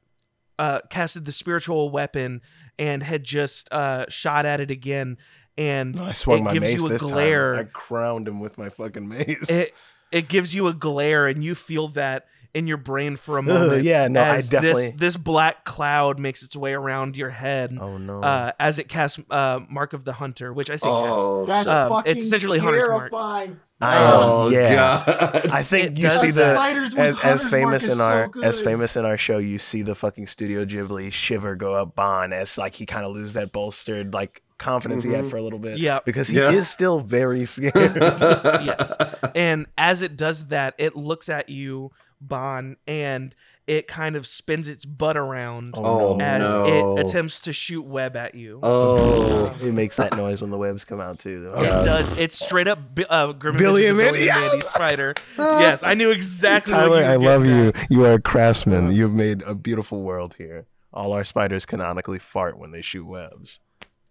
uh casted the spiritual weapon and had just uh shot at it again and I It swung my gives mace you a this glare. time. I crowned him with my fucking mace. it it gives you a glare and you feel that in your brain for a Ugh, moment yeah, no, I as definitely. this this black cloud makes its way around your head oh no. uh as it casts uh mark of the hunter which i say casts. oh, That's shit. um, fucking it's essentially Hunter's Mark. terrifying. I am. oh yeah. god. I think uh, It you does see Like, the spiders with as, as Hunter's famous Mark is in our so as good. famous in our show. You see the fucking Studio Ghibli shiver go up Bond as like he kind of loses that bolstered like confidence he had Mhm. for a little bit. Yeah. because he Yeah. is still very scared. Yes. and as it does that it looks at you bon and it kind of spins its butt around Oh, no. as no. it attempts to shoot web at you Oh. It makes that noise when the webs come out too. It God. does. It's straight up bi- uh, Grim Billy Adventures of Billy and Mandy. and Mandy Spider. yes, I knew exactly. what Tyler, you I did love there. you. You are a craftsman. You've made a beautiful world here. All our spiders canonically fart when they shoot webs.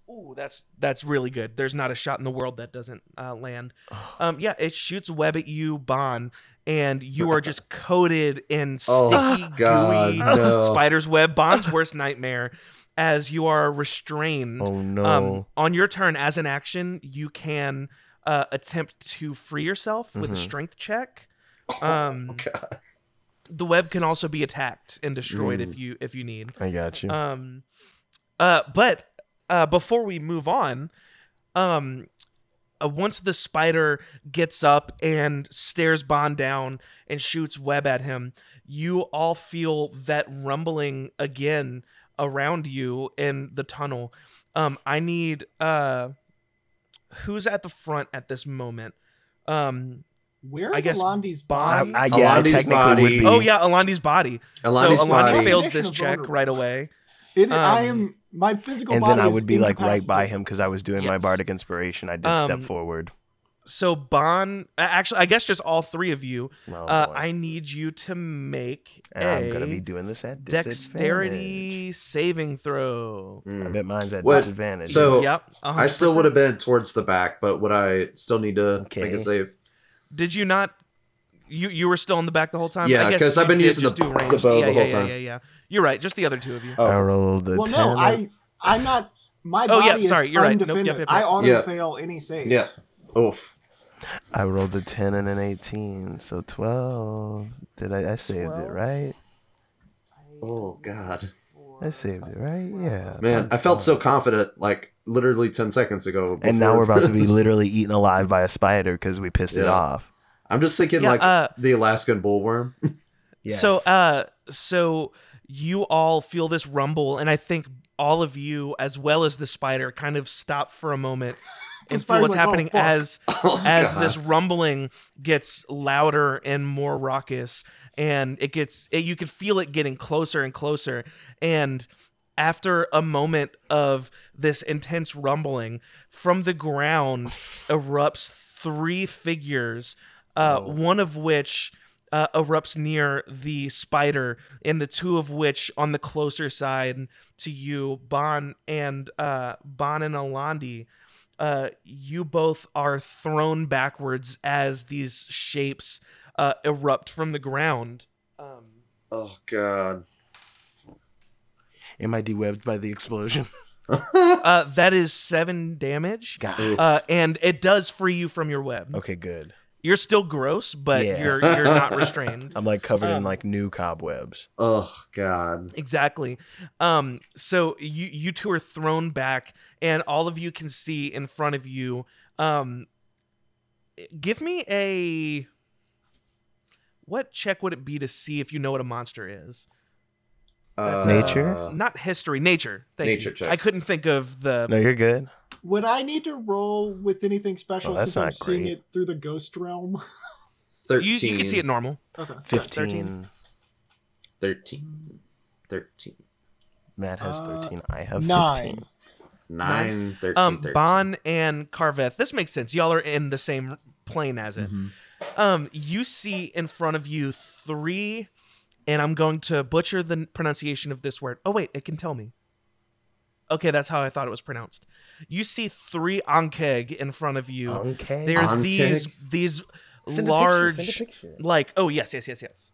Ooh, that's that's really good. There's not a shot in the world that doesn't uh, land. Um, yeah, it shoots web at you, Bon, and you are just coated in Oh, sticky, God, gooey no. spider's web. Bon's worst nightmare, as you are restrained. Oh no. Um, on your turn as an action, you can uh, attempt to free yourself with a Mhm. strength check. Um, the web can also be attacked and destroyed if you if you need. I got you. Um, uh, but uh, before we move on, um, uh, once the spider gets up and stares Bond down and shoots web at him, you all feel that rumbling again around you in the tunnel. Um, I need uh, who's at the front at this moment? Um, Where is I guess Alandi's I, body? I, yeah, I Alani's technically body. would be. oh yeah, Alandi's body. Alani's so Alandi body. fails this Definition of check vulnerable. right away. It- I um, am my physical and body. then I is would be like right by incapacitated. him because I was doing my Yes. bardic inspiration. I did Um, step forward. So Bon, uh, actually, I guess just all three of you. Oh, uh, boy. I need you to make and a I'm gonna be doing this at disadvantage. dexterity saving throw. Mm. I bet mine's at What? disadvantage. So- yep, 100%. I still would have been towards the back, but would I still need to Okay. make a save? Did you not? You you were still in the back the whole time. Yeah, I guess 'cause I've you been did using just the- do the ranged. bow yeah, the yeah, whole yeah, time. Yeah, yeah, You're right. Just the other two of you. I Oh, rolled a Well, 10. no, I I'm not. My Oh, body yeah, sorry, is you're right. Nope, yep, undefended. yep, I yep. auto Yeah. fail any saves. yeah. Oof. I rolled a 10 and an 18, so 12. Did I? I saved it, 12. right? Oh god. I saved it, right? Yeah. Man, I felt so confident like literally 10 seconds ago. And now we're before about to be this. literally eaten alive by a spider because we pissed it Yeah. off. I'm just thinking Yeah, like uh, the Alaskan bullworm. So uh so you all feel this rumble and I think all of you as well as the spider kind of stop for a moment The and feel spider's what's like, "Oh, happening fuck." as Oh, as God. this rumbling gets louder and more raucous and it gets it, you can feel it getting closer and closer and after a moment of this intense rumbling from the ground erupts three figures uh, Oh. one of which uh, erupts near the spider and the two of which on the closer side to you bon and uh, bon and alandi uh, you both are thrown backwards as these shapes uh, erupt from the ground. Um, Oh god. Am I dewebbed by the explosion? uh, that is seven damage, God. Oof. uh, and it does free you from your web. Okay, good. You're still gross, but Yeah. you're you're not restrained. I'm like covered in Um, like new cobwebs. oh god. Exactly. Um, so you you two are thrown back, and all of you can see in front of you. Um, give me a what check would it be to see if you know what a monster is? Uh, Nature? Not history, nature. Thank Nature you. check. I couldn't think of the. No, you're good. Would I need to roll with anything special Well, that's since I'm not seeing great. it through the ghost realm? you, Thirteen. you can see it normal. okay. 15. 13. 13. Matt has Uh, 13. I have Nine. 15. 9, 13, Um, 13. Bon and Carveth. This makes sense. Y'all are in the same plane as it. Mhm. Um, you see in front of you three, and I'm going to butcher the pronunciation of this word. Oh wait, it can tell me. Okay, that's how I thought it was pronounced. You see three Ankeg in front of you. Okay. They're Ankeg? these these Send a large, picture, send a picture. like oh yes yes yes yes.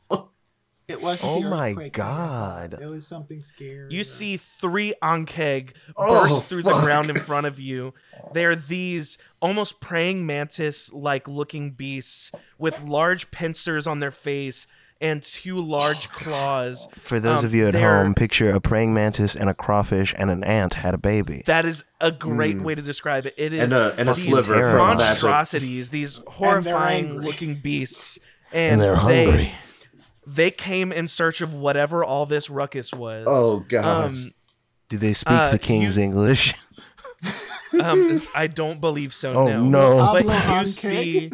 It wasn't Oh the my earthquake, God. It was something scary. You see three Ankeg burst Oh, through the fuck. ground in front of you. They are these almost praying mantis like looking beasts with large pincers on their face and two large Oh, claws. For those Um, of you at they're- home, picture a praying mantis and a crawfish and an ant had a baby. That is a Hmm. great way to describe it. It is And a, and a these sliver from terrible. magic. monstrosities, these they're horrifying angry. looking beasts. and And, they're they, hungry. They came in search of whatever all this ruckus was. Oh god. Um, Do they speak uh, the king's you- English? um, I don't believe so. Oh, no. no. But Pablo you Hancake? see,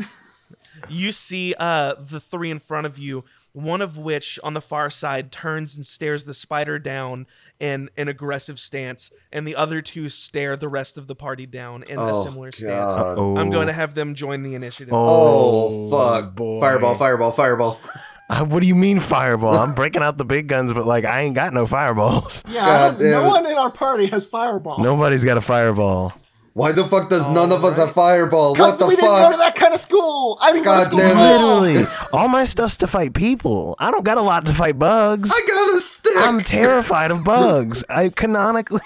you see uh, the three in front of you. One of which on the far side turns and stares the spider down in an aggressive stance, and the other two stare the rest of the party down in a Oh, similar God. stance. Uh, I'm going oh. to have them join the initiative. oh, fuck. boy. Fireball, fireball, fireball. Uh, what do you mean fireball? I'm breaking out the big guns, but like I ain't got no fireballs. Yeah, God I don't- no damn it. one in our party has fireball. Nobody's got a fireball. Why the fuck does none of us have fireball? What Because the we didn't go to fuck? that kind of school. I didn't God go to school damn at it. all. Literally, all my stuff's to fight people. I don't got a lot to fight bugs. I got a stick. I'm terrified of bugs. I canonically.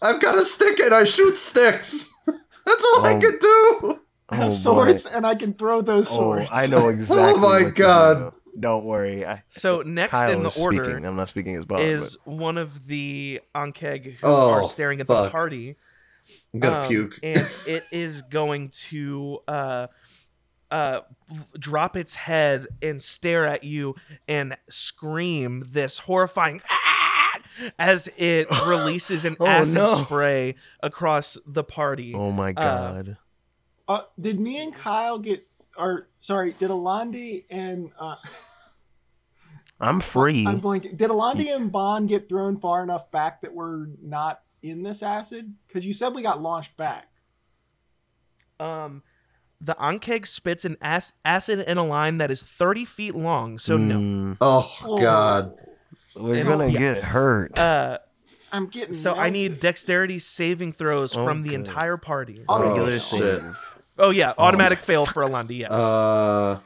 I've got a stick and I shoot sticks. That's all I Oh. can do. I have Oh, boy. swords and I can throw those Oh, swords. I know exactly. my what you God. do. Don't worry. I, So next Kyle in the is order speaking. I'm not speaking as Bond. is one of the Ankeg who Oh, are staring at the fuck. party. I'm gonna um, puke. and it is going to uh, uh, drop its head and stare at you and scream this horrifying "Ah!" as it releases an Oh, acid no. spray across the party. but... Oh my God. Uh, did me and Kyle get, or sorry, did Alandi and uh, I'm free. I'm blanking. Did Alandi and Bond get thrown far enough back that we're not in this acid? Because you said we got launched back. Um, the Ankeg spits an ac- acid in a line that is 30 feet long, so no. Mm, oh Oh, god. we're And- gonna yeah. get hurt. Uh, I'm getting. so I need melted. dexterity saving throws Oh, from the good. entire party. Oh, Regular shit. save. Oh yeah, automatic fail for Alandi. Yes. Uh, let's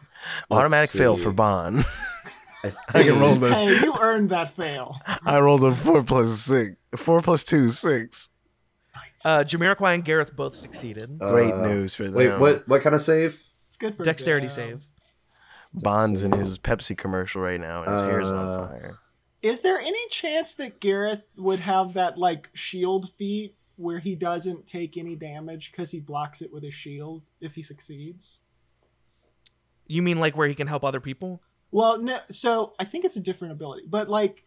Automatic fail see. for Bond. I, I can roll think- the. Hey, you earned that fail. I rolled a four plus six. Four plus two is six. Nice. Uh, Jamiroquai and Gareth both succeeded. Great Uh, news for them. Wait, what? What kind of save? it's good for Dexterity them. save. Bond's in his Pepsi commercial right now, and his hair's on Uh, fire. Is there any chance that Gareth would have that like shield feat where he doesn't take any damage because he blocks it with his shield if he succeeds? You mean like where he can help other people? Well, no. So I think it's a different ability, but like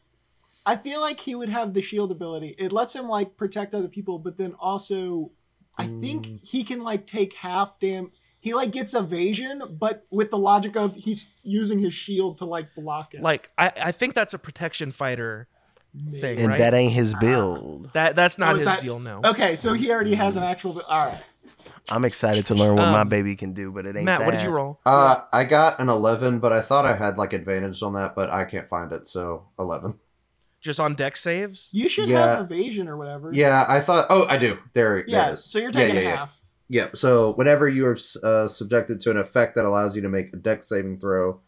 I feel like he would have the shield ability. It lets him like protect other people, but then also, I think Mm. he can like take half damn. He like gets evasion, but with the logic of he's using his shield to like block it. Like I, I think that's a protection fighter. Maybe. thing, And right? that ain't his build. That that's not Oh, is his that- deal. No. Okay, so he already has an actual. All right. I'm excited to learn what my Um, baby can do, but it ain't Matt, what did that. you roll? Uh, I got an 11, but I thought I had like advantage on that, but I can't find it, so 11. Just on deck saves? You should Yeah. have evasion or whatever. Yeah, I thought. Oh, I do. There, there it Yeah. is. So you're Yeah, taking yeah, yeah. half. Yeah, so whenever you are uh, subjected to an effect that allows you to make a dex saving throw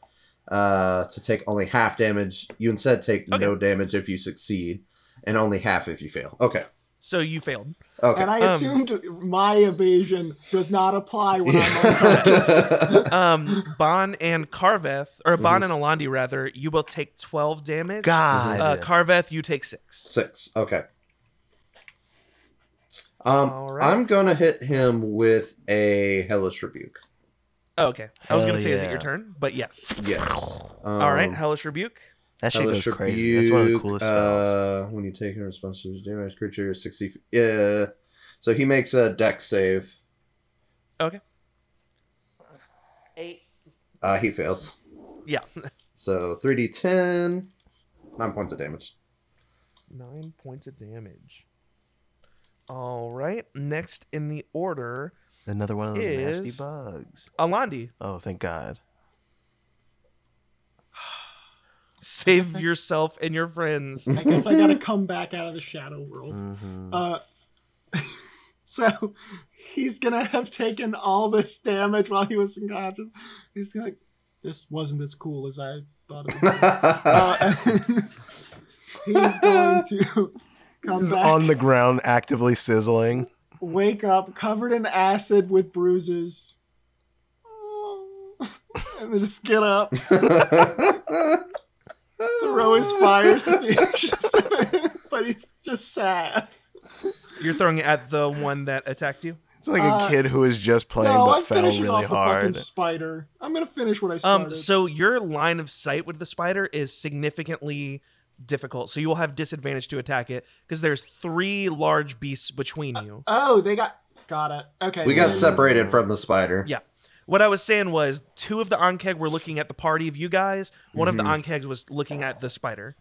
uh, to take only half damage, you instead take Okay. no damage if you succeed and only half if you fail. Okay. So you failed. Okay. And I Um, assumed my evasion does not apply when I'm unconscious. Yeah. Um, Bon and Carveth, or Bon and Alandi rather, you both take twelve damage. Mm-hmm. God. Uh, Carveth, you take six. Six. Okay. Um, All right. I'm gonna hit him with a hellish rebuke. Oh, okay. I was Hell gonna say, is it your yeah. turn? But yes. Yes. All right. Um, Hellish rebuke. that shit Hellish goes crazy. That's one of the Rebuke, coolest spells. Uh, when you take a responsibility to damage creature, is 60. f- Uh, so he makes a deck save. Okay. Eight. Uh, he fails. Yeah. So 3d10, 9 points of damage. Nine points of damage. All right. Next in the order, Another one of those nasty is- bugs. Alandi, Oh, thank God. save yourself and your friends. I guess I gotta come back out of the shadow Mm. world. Mhm. Uh, so he's gonna have taken all this damage while he was unconscious. He's gonna like, this wasn't as cool as I thought it was. uh, he's going to come He's back, on the ground, actively sizzling. wake up covered in acid with bruises, Oh. and then just get up, throw his fire spear, just- but he's just sad. You're throwing it at the one that attacked you. It's like a Uh, kid who was just playing no, but I'm fell finishing really off the fucking hard. spider. I'm gonna finish what I started. Um, so your line of sight with the spider is significantly difficult. So you will have disadvantage to attack it because there's three large beasts between you. oh, they got got it. Okay, we yeah. got separated from the spider. Yeah. What I was saying was two of the Ankeg were looking at the party of you guys. One Mm-hmm. of the Ankegs was looking at the spider.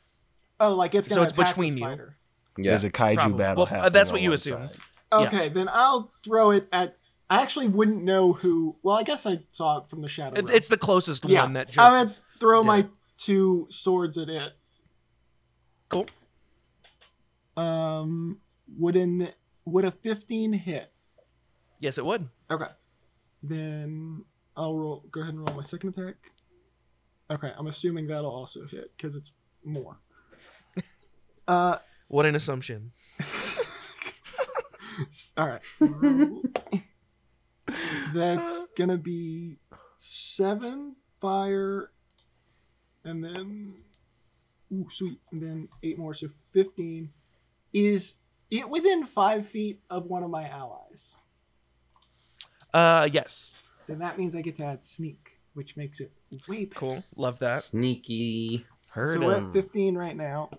Oh, like it's so gonna it's attack between the you. spider. Yeah. There's a kaiju Probably. battle Well, uh, happening. that's on what you one assume. side. Yeah. Okay, then I'll throw it at. I actually wouldn't know who. Well, I guess I saw it from the shadow. It- realm. It's the closest yeah. one that just. I'm gonna throw did my it. two swords at it. Cool. Um, would an would a 15 hit? Yes, it would. Okay. Then I'll roll. Go ahead and roll my second attack. Okay, I'm assuming that'll also hit because it's more. Uh, What an assumption. s- all right. so- that's gonna be seven fire, and then ooh sweet, and then eight more, so fifteen. Is it within five feet of one of my allies? Uh, yes. Then that means I get to add sneak, which makes it way better. Cool. Love that. Sneaky. Heard so we're at 'em. 15 right now.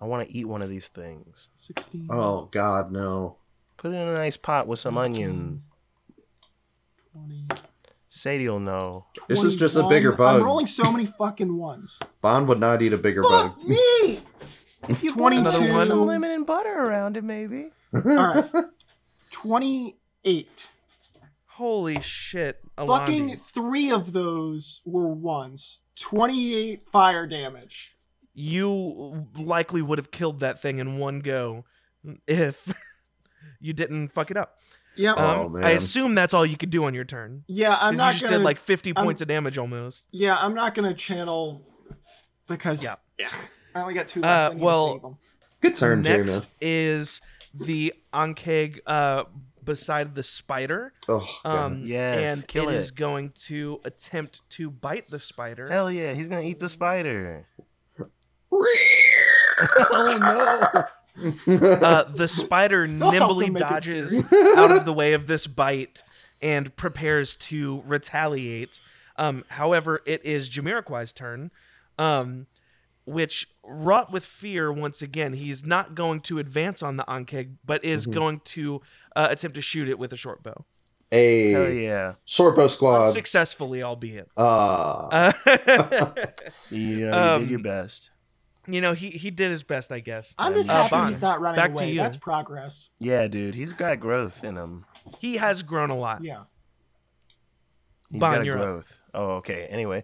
I want to eat one of these things. 16. Oh, God, no. Put it in a nice pot with some onion. 20, Sadie will know. This is just a 21. bigger bug. I'm rolling so many fucking ones. Bond would not eat a bigger Fuck bug. me! You wanna put Another one? some lemon and butter around it, maybe. All right. 28. Holy shit. Fucking Alandi. three of those were ones. 28 fire damage. you likely would have killed that thing in one go if you didn't fuck it up. Yeah. Oh, Um, man. I assume that's all you could do on your turn. yeah, I'm 'Cause not you just gonna. did like 50 I'm- points of damage almost. yeah, I'm not gonna channel because. Yeah. I only got two Uh, left. I need well- to save 'em. Good turn, Jeremy. Next is the Ankeg uh, beside the spider. Oh, God. Um, Yes, and kill it it. is going to attempt to bite the spider. Hell yeah, he's gonna eat the spider. Oh, Uh, the spider nimbly make it dodges out of the way of this bite and prepares to retaliate. Um, however, it is Jamiroquai's turn. Um, which wrought with fear once again. He's not going to advance on the ankeg, but is Mm-hmm. Mhm. going to uh, attempt to shoot it with a short bow, A Hell yeah. Sorpo Uh, squad. successfully, albeit. Uh, Uh, You, know, you Um, did your best. you know, he he did his best, I guess. I'm just Uh, happy Bon, he's not running back to away. you. That's progress. Yeah, dude. He's got growth in him. He has grown a lot. Yeah. He's Bon, got you're up. growth. Oh, okay. Anyway,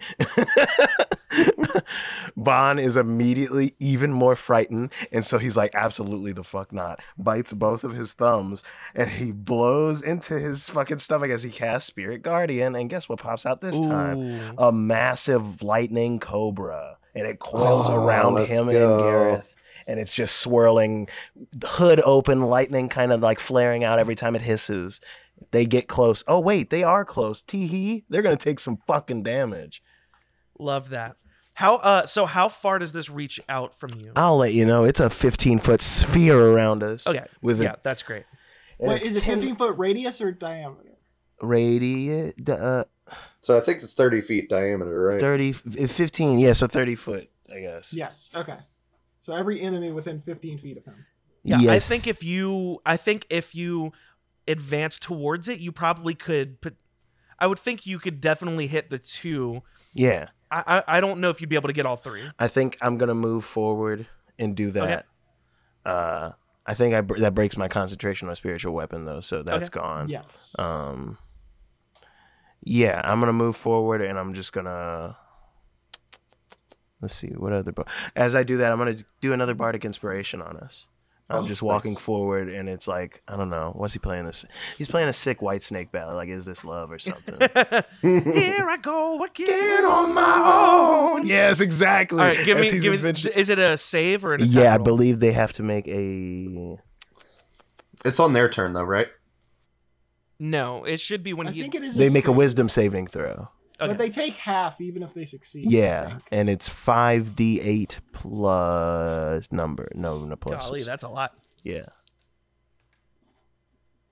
Bon is immediately even more frightened, and so he's like, "Absolutely the fuck not!" Bites both of his thumbs, and he blows into his fucking stomach as he casts Spirit Guardian. And guess what pops out this time? Ooh. A massive lightning cobra, and it coils Oh, around let's him go. and Gareth. And it's just swirling, hood open, lightning kind of like flaring out every time it hisses. They get close. Oh wait, they are close. Tee hee. They're gonna take some fucking damage. Love that. How uh so how far does this reach out from you? I'll let you know. It's a 15 foot sphere around us. Okay. With yeah, that's great. a, Wait, is it 10 15 foot radius or diameter? radius? Uh, so I think it's 30 feet diameter, right? 30, 15. Yeah, so 30 foot, I guess. Yes. Okay. So every enemy within 15 feet of him. Yeah, I Yes. think if you I think if you advance towards it, you probably could put I would think you could definitely hit the two. Yeah. I I, I don't know if you'd be able to get all three. I think I'm gonna move forward and do that. Uh, I think I br- that breaks my concentration on spiritual weapon though, so that's gone. Yes. Um. Yeah, I'm gonna move forward, and I'm just gonna. Let's see what other. Bar- As I do that, I'm gonna do another bardic inspiration on us. I'm Oh, just walking nice. forward, and it's like I don't know. What's he playing this? He's playing a sick White Snake ballad, like "Is This Love" or something. Here I go again. Get on my own. Yes, exactly. All right, give As me he's give me adventure- is it a save or an attack yeah, I roll? believe they have to make a. it's on their turn, though, right? No, it should be when I he think it is. They make a save, wisdom saving throw. okay. But they take half even if they succeed. I Yeah, think. and it's five d eight plus number. No, no plus. Golly, that's a lot. yeah.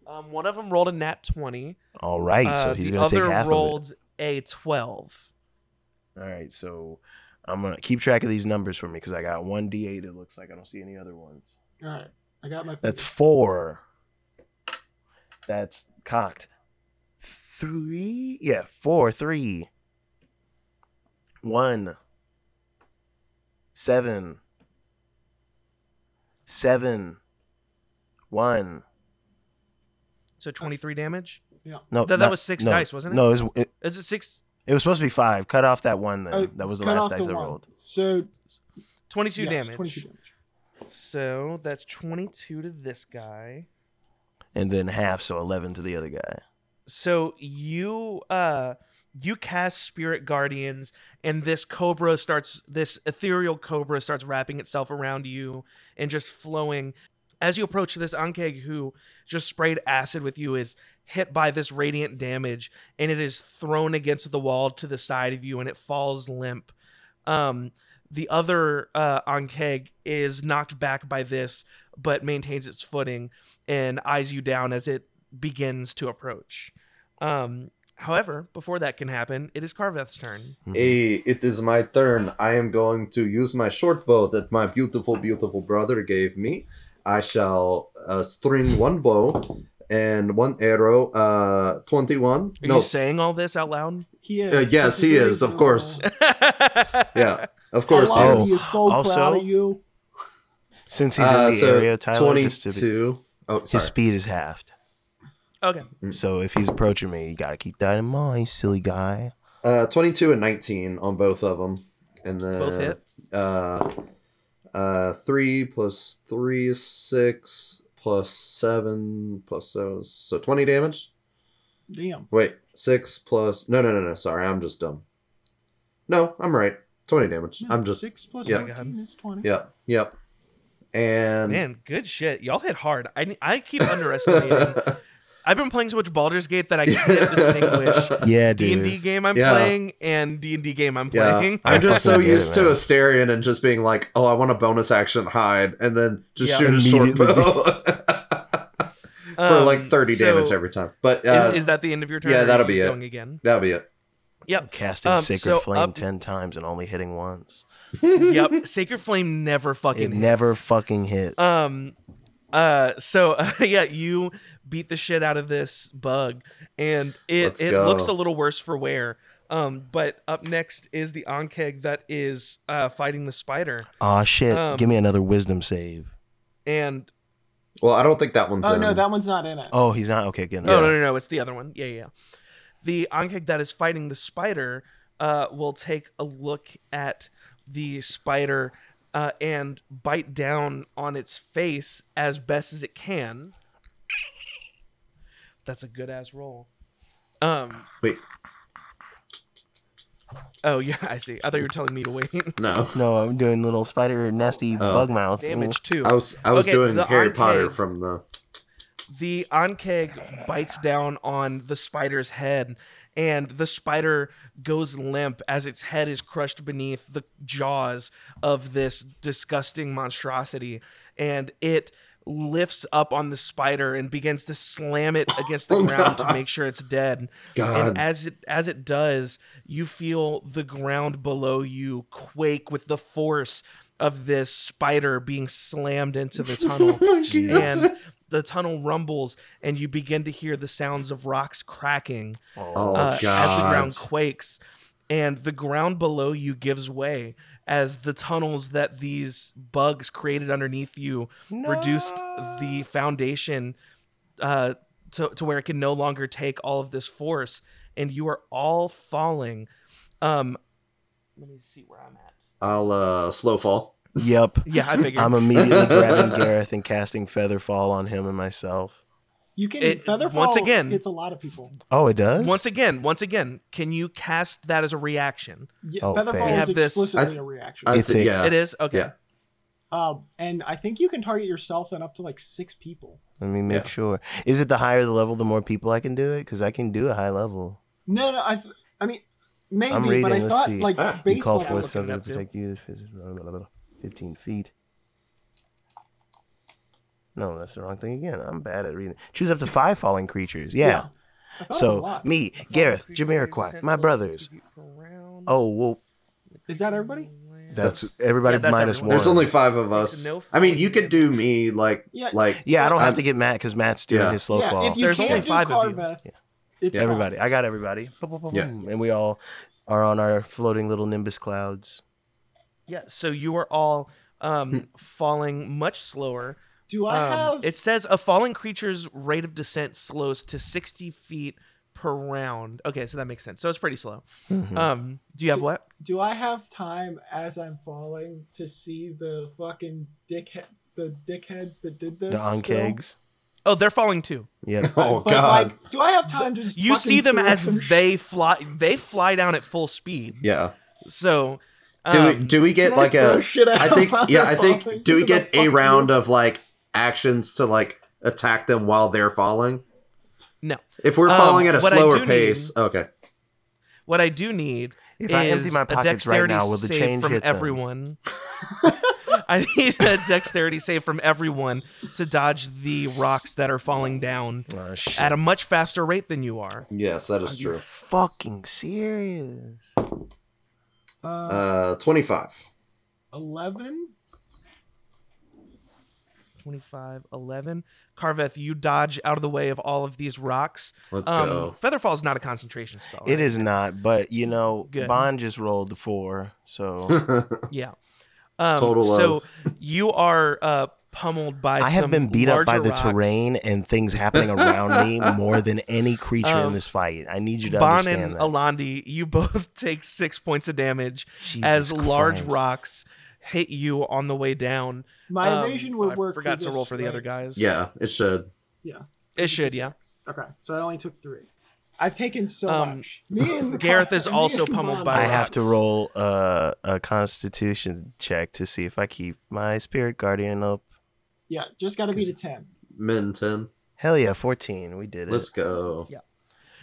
Um, one of them rolled a nat twenty. All right, uh, so he's the gonna other take half rolled a twelve. of it. All right, so I'm gonna keep track of these numbers for me because I got one d eight. It looks like I don't see any other ones. All right. I got my. That's fingers. four. That's cocked. Three. Yeah, four, three. One. Seven. Seven. One. So 23 damage? No, That- that not- was six no, dice, wasn't it? No, it was, it, Is it six? it was supposed to be five. Cut off that one then. Oh, that was the cut last off dice I one. rolled. So 22 yes, damage. 22 damage. So that's 22 to this guy. And then half, so 11 to the other guy. So you uh you cast spirit guardians and this cobra starts this ethereal cobra starts wrapping itself around you and just flowing as you approach this ankeg who just sprayed acid with you is hit by this radiant damage and it is thrown against the wall to the side of you and it falls limp um the other uh ankeg is knocked back by this but maintains its footing and eyes you down as it begins to approach um however before that can happen it is carveth's turn Mm-hmm. Mhm. Hey, it is my turn. I am going to use my short bow that my beautiful, beautiful brother gave me. I shall uh, string one bow and one arrow. Uh, twenty-one. are no, you saying all this out loud He is. Uh, yes, he Really is, of cool. course. Of yeah, of course. I he love is. you. He is so Also- proud of you. Since he's Uh, Oh, in the so area, Tyler, just to be- twenty-two. Oh, his sorry. speed is halved. okay So if he's approaching me, you gotta keep that in mind, silly guy. Uh, 22 and 19 on both of them. And then Both hit. Uh, uh, 3 plus 3 is 6 plus 7 plus 7. is- So 20 damage? Damn. Wait, 6 plus. No, no, no, no. Sorry, I'm just dumb. No, I'm right. 20 damage. I'm just. Six plus yeah. 19 is 20. Yep, yep. And. Man, good shit. Y'all hit hard. I I keep underestimating. I've been playing so much Baldur's Gate that I can't distinguish Yeah, D dude. and D game I'm Yeah. playing and D and D game I'm Yeah, playing. I I'm just so fucking get used it, to man. Asterion and just being like, "Oh, I want a bonus action hide," and then just Yeah. shoot a short Immediately. bow. for like 30 damage every time. But Um, Is, uh, is that the end of your turn? yeah, or are that'll you be it. Going again. that'll be it. Yep. Casting Um, sacred so flame up- ten times and only hitting once. yep. Sacred Flame never fucking It hits. never fucking hits. Um. Uh. So yeah, you beat the shit out of this bug, and it Let's it go. looks a little worse for wear. Um. But up next is the Ankeg that is uh fighting the spider, Aw, shit. um, Give me another wisdom save. and Well, I don't think that one's. Oh in. no, that one's not in it. Oh, he's not? Okay, good. no, no, no, no, it's the other one. Yeah, yeah. yeah. The Ankeg that is fighting the spider uh will take a look at the spider. Uh, and bite down on its face as best as it can. That's a good ass roll. Um, Wait, Oh yeah, I see. I thought you were telling me to wait. no. No, I'm doing little spider nasty bug mouth. Damage too. Mm-hmm. I was I was Okay, doing the Harry arcade- Potter from the. The Ankeg bites down on the spider's head, and the spider goes limp as its head is crushed beneath the jaws of this disgusting monstrosity, and it lifts up on the spider and begins to slam it against the Oh, ground to God. make sure it's dead. God. And as it as it does, you feel the ground below you quake with the force of this spider being slammed into the tunnel. Oh and the tunnel rumbles and you begin to hear the sounds of rocks cracking Oh uh, God! as the ground quakes and the ground below you gives way as the tunnels that these bugs created underneath you reduced the foundation uh, to, to where it can no longer take all of this force and you are all falling um let me see where i'm at I'll uh, slow fall. Yep. yeah i figured I'm immediately grabbing Gareth and casting feather fall on him and myself. You can It- featherfall. once again- it's a lot of people. Oh, it does? once again once again can you cast that as a reaction Yeah, Oh, fair. We featherfall is have this- explicitly I- a reaction. I It's thi- a- yeah. it is okay Yeah. um, and I think you can target yourself and up to like six people. Let me make Yeah. sure. Is it the higher the level, the more people I can do it? Because I can do a high level. No, no, I, th- I mean, maybe, I'm reading, but I let's thought see. like Ah, base you call level. I'm forth looking something it to up, too. protect you. This is blah, blah, blah, blah, 15 feet. No, that's the wrong thing again. I'm bad at reading. Choose up to five falling creatures. Yeah. I thought it was a So lot. me, Gareth, Jamiroquai, my brothers. Oh well, Is that everybody? that's That's- everybody Yeah, that's minus everyone. one. There's only five of It's us. a no I mean, fight. you could do me like Yeah. like yeah, I don't have I'm- to get Matt because Matt's doing Yeah. his slow yeah, fall. if you There's can't only do five of you. Carveth, it's fine. everybody, I got everybody. Boom, boom, boom, Yeah. boom. and we all are on our floating little nimbus clouds. Yeah, so you are all um, falling much slower. Do I Um, have? it says a falling creature's rate of descent slows to 60 feet per round. Okay, so that makes sense. So it's pretty slow. Mm-hmm. Um, do you have what? Do I have time as I'm falling to see the fucking dickhead, the dickheads that did this? They're on still? kegs. Oh, they're falling too. Yep. Oh But God! like, do I have time to? Just You fucking see them throw as some sh- they fly. They fly down at full speed. yeah. So um, Do we do we get Can I like throw a? shit at I them think while yeah. they're I think falling? do we Just in the get a fucking- round of like actions to like attack them while they're falling? no. If we're Um, falling at a what I slower do pace, okay. What I do need If is I empty my a pockets right dexterity now, will the save change from hit them? everyone. I need a dexterity save from everyone to dodge the rocks that are falling down Oh, shit. at a much faster rate than you are. Yes, that Are is you true. fucking serious? Uh, Uh, twenty-five. Eleven. 25, 11. Carveth, you dodge out of the way of all of these rocks. Let's Um, go. Featherfall is not a concentration spell. It is not, but you know, Good. Bond just rolled the four, so Yeah. Um, Total So of- you are uh, pummeled by I have some been beat up by larger the rocks. terrain and things happening around me more than any creature Um, in this fight. I need you to Bon and understand that. Alandi, you both take six points of damage Jesus as large Christ. rocks hit you on the way down. My Um, evasion would I work. Forgot for to this, roll for the right? other guys. yeah, it should. it should. Yeah. Okay, so I only took three. I've taken so Um, much. Me and Gareth is me also and pummeled Mom. by I have to rocks. roll uh, a Constitution check to see if I keep my Spirit Guardian up. Yeah, just got to beat a ten. Men ten. Hell yeah, fourteen. We did it. Let's go. Yeah.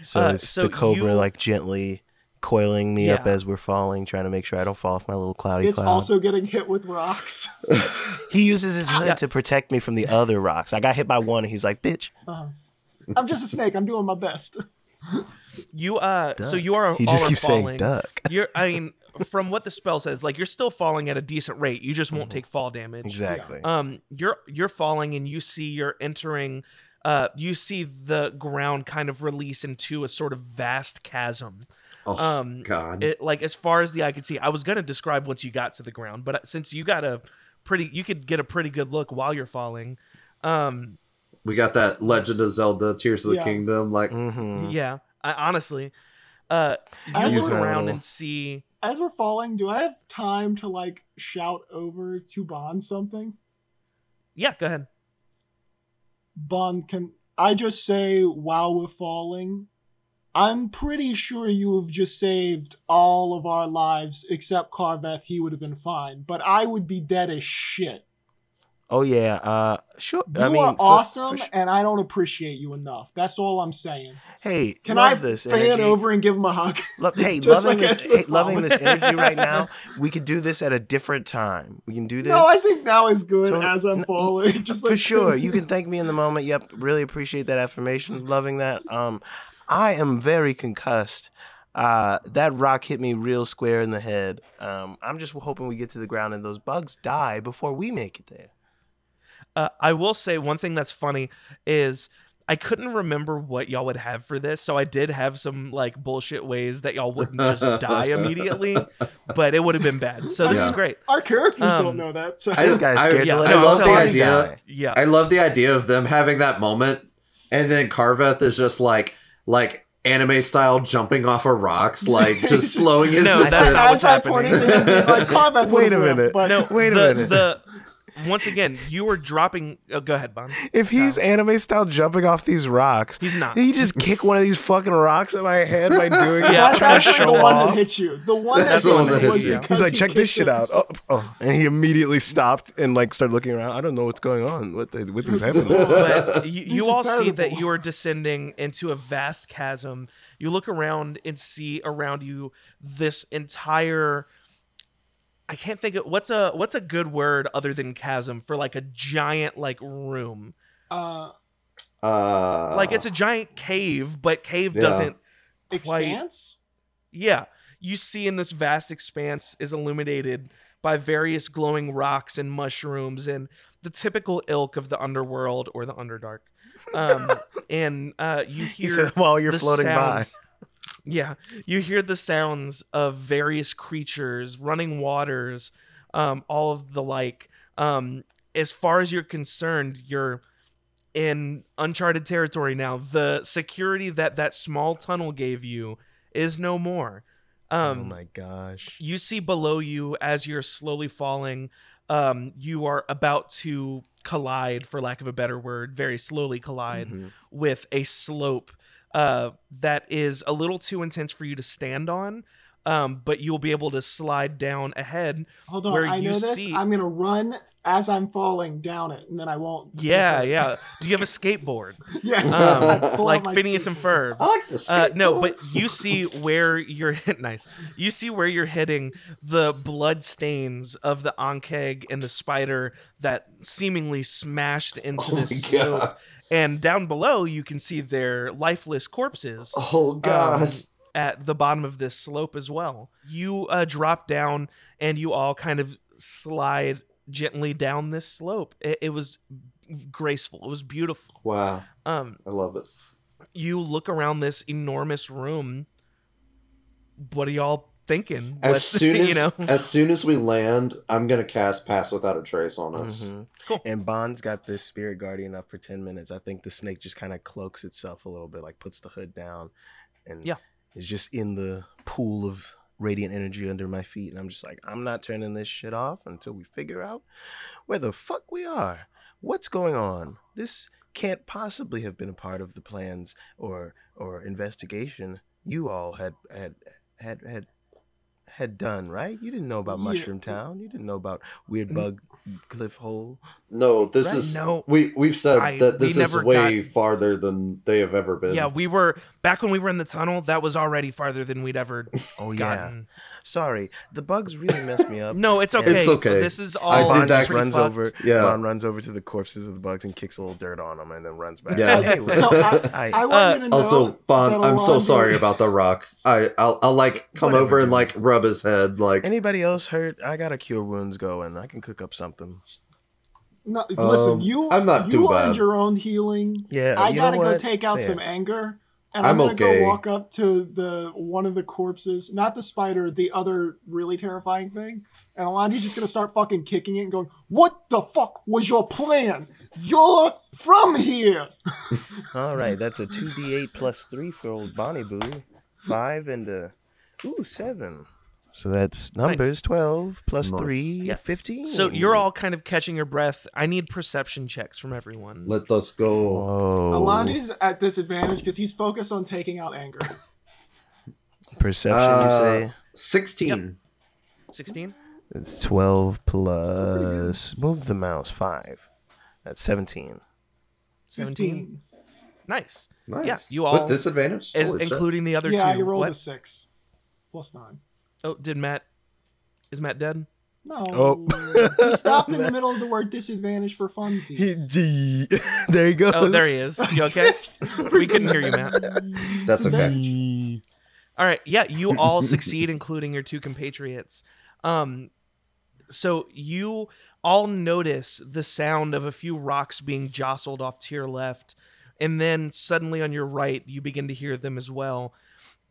so uh, it's so the cobra you- like gently coiling me up Yeah. as we're falling, trying to make sure I don't fall off my little cloudy It's cloud. also getting hit with rocks. He uses his hood Yeah. to protect me from the other rocks. I got hit by one, and he's like, "Bitch, Uh, I'm just a snake. I'm doing my best. You uh, so Duck. you are He all just are keeps falling. saying duck. You're I mean, from what the spell says, like you're still falling at a decent rate. You just won't Mhm. take fall damage. Exactly. Uh, Um, you're you're falling and you see you're entering. Uh, you see the ground kind of release into a sort of vast chasm. Oh Um, God. it like as far as the eye could see. I was gonna describe once you got to the ground, but uh, since you got a pretty, you could get a pretty good look while you're falling. Um, we got that Legend of Zelda Tears of the Yeah. Kingdom. Like Mm. hmm yeah, I, honestly, uh, I you was look wondering- around and see. As we're falling, do I have time to like shout over to Bond something? Yeah, go ahead. Bond, can I just say while we're falling, I'm pretty sure you have just saved all of our lives except Carveth. He would have been fine, but I would be dead as shit. Oh yeah. Uh, sure. You I mean, are for- for awesome, sure. and I don't appreciate you enough. That's all I'm saying. Hey, Can love I this fan energy. over and give him a hug? Lo- hey, Just loving like this, Ezra hey, loving this Pound. energy right now. We could do this at a different time. We can do this. No, I think now is good Totally- as I'm no, falling. Just for like- sure. You can thank me in the moment. Yep, really appreciate that affirmation. Loving that. Um, I am very concussed. Uh, that rock hit me real square in the head. Um, I'm just hoping we get to the ground and those bugs die before we make it there. Uh, I will say one thing that's funny is I couldn't remember what y'all would have for this, so I did have some like bullshit ways that y'all wouldn't just die immediately, but it would have been bad. So this Yeah. is great. Our characters Um, don't know that. So I This just- guy's scared yeah, to let I his love the family idea. die. Yeah. I love the idea of them having that moment, and then Carveth is just like like anime style jumping off of rocks, like just slowing his No, descent. that's not as what's I pointed happening. to him, being like Carveth. Wait would've a lived, minute. But No, Wait a the, minute. The, once again, you were dropping. Oh, go ahead, Bon. If he's anime style jumping off these rocks, He's not. He just kick one of these fucking rocks at my head by doing Yeah, it. that's trying to actually the show one that off. hit you. The one That's that hit the one you that hit was you. because He's like, he check this kicked shit him. out. Oh, oh, and he immediately stopped and like started looking around. I don't know what's going on. What the, what is happening? But you, This you is all see that terrible. you are descending into a vast chasm. You look around and see around you this entire. I can't think of what's a what's a good word other than chasm for like a giant like room. Uh, Uh, like it's a giant cave, but cave Yeah. doesn't expanse. Yeah. You see in this vast expanse is illuminated by various glowing rocks and mushrooms and the typical ilk of the underworld or the underdark. Um, and uh, you He hear said, while you're the floating sounds- Yeah, you hear the sounds of various creatures, running waters, um, all of the like. Um, as far as you're concerned, you're in uncharted territory now. The security that that small tunnel gave you is no more. by. Um, gosh. you see below you as you're slowly falling um you are about to collide for lack of a better word very slowly collide Mhm. with a slope uh that is a little too intense for you to stand on um but you'll be able to slide down ahead Hold where on, I you know this. see- I'm gonna run as I'm falling down it, and then I won't. get yeah hurt. yeah do you have a skateboard yes. Um, I pull out like my phineas and skateboard. ferb I like this. Uh, no, but you see where you're hit. Nice. You see where you're hitting the blood stains of the onkeg and the spider that seemingly smashed into Oh my this slope. God. And down below, you can see their lifeless corpses Oh god. um, at the bottom of this slope as well. You uh, drop down, and you all kind of slide gently down this slope. It, it was graceful. It was beautiful. wow, Um, I love it. you look around this enormous room. What are y'all thinking? As What's- soon as you know, as soon as we land, I'm gonna cast Pass Without a Trace on us. Mm-hmm. Mhm. Cool. And Bond's got this spirit guardian up for 10 minutes. I think the snake just kind of cloaks itself a little bit, like puts the hood down and Yeah. is just in the pool of radiant energy under my feet. And I'm just like, I'm not turning this shit off until we figure out where the fuck we are. What's going on? This can't possibly have been a part of the plans or or investigation you all had had had had had done, right? You didn't know about Yeah. Mushroom Town. You didn't know about Weird Mm. Bug Cliff Hole. No, this Right, is no. we we've said I- that we this is never way got- farther than they have ever been. yeah, we were back when we were in the tunnel. That was already farther than we'd ever Oh yeah. gotten. Sorry, the bugs really messed me up. No, it's okay. okay. This is all. I did Bond that- just pretty runs fucked. over. Yeah. Bond runs over to the corpses of the bugs and kicks a little dirt on them, and then runs back. Yeah. Hey, look, So I, I- I want Uh, you to know. Also, that Bond, I'm so Alonzo- sorry about the Rock. I, I'll, I'll like come Whatever, over and dude. like rub his head. Like, Anybody else hurt? I got a cure wounds going. I can cook up something. No, listen, Um, you. I'm not you too earned bad. your own healing. Yeah, I you know gotta go what? take out There. some anger, and I'm, I'm gonna okay. go walk up to the one of the corpses, not the spider, the other really terrifying thing. And Alondi's just gonna start fucking kicking it and going, "What the fuck was your plan? You're from here." All right, that's a two d eight plus three for old Bonnie Boo. Five and a ooh seven. So that's numbers twelve plus Nice. three, Yeah. 15. So you're all kind of catching your breath. I need perception checks from everyone. let us go. Whoa. Alondi's at disadvantage because he's focused on taking out anger. Perception, you Uh, say? Sixteen. Sixteen. It's 12 plus. Move the mouse. 5. That's 17. Seventeen. Fifteen. Nice. Nice. Yeah, you all, with disadvantage, Is, Holy shit. including the other Yeah, two. I rolled What? a six, plus nine. Oh, did Matt? Is Matt dead? No, Oh. he stopped in the middle of the word disadvantage for funsies. there he goes. Oh, there he is. You okay? we couldn't hear you, Matt. That's okay. he All right. Yeah, you all succeed, including your two compatriots. Um, so you all notice the sound of a few rocks being jostled off to your left, and then suddenly on your right, you begin to hear them as well.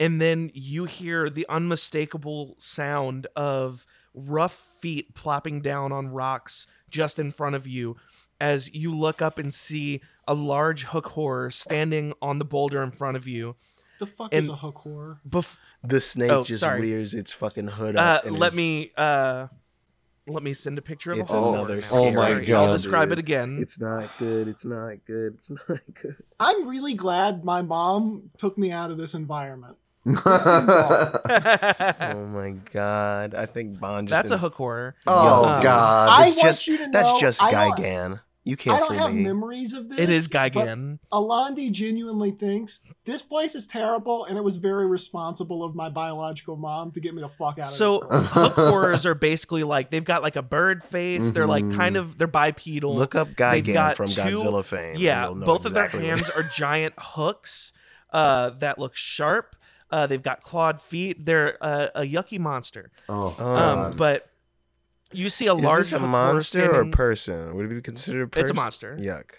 And then you hear the unmistakable sound of rough feet plopping down on rocks just in front of you as you look up and see a large hook horror standing on the boulder in front of you. The fuck is And- a hook horror? Bef- The snake Oh, just sorry. rears its fucking hood Uh, up. and let is- me uh, let me send a picture of It's a hole. another now. scary- Oh my Sorry, God, I'll describe dude. it again. It's not good. It's not good. It's not good. I'm really glad my mom took me out of this environment. awful. That's Oh my god. I think Bond just. a ins- hook horror. oh Um, I God. want It's just, you to Uh, That's know just I don't- Gigan. You can't I don't fool have me. memories of this. It is but Gigan. Alandi genuinely thinks this place is terrible, and it was very responsible of my biological mom to get me the fuck out of So this. hook horrors are basically like they've got like a bird face. They're like Mhm. kind of they're bipedal. Mm-hmm. Look up They've Gigan got from two- Godzilla fame. and yeah, you'll know both exactly of what- their hands are giant hooks uh, that look sharp. Uh, they've got clawed feet. They're uh, a yucky monster. oh, Um, God. but you see a Is large this a hook horror monster or standing- person? Would it be considered person? It's a monster. Yuck.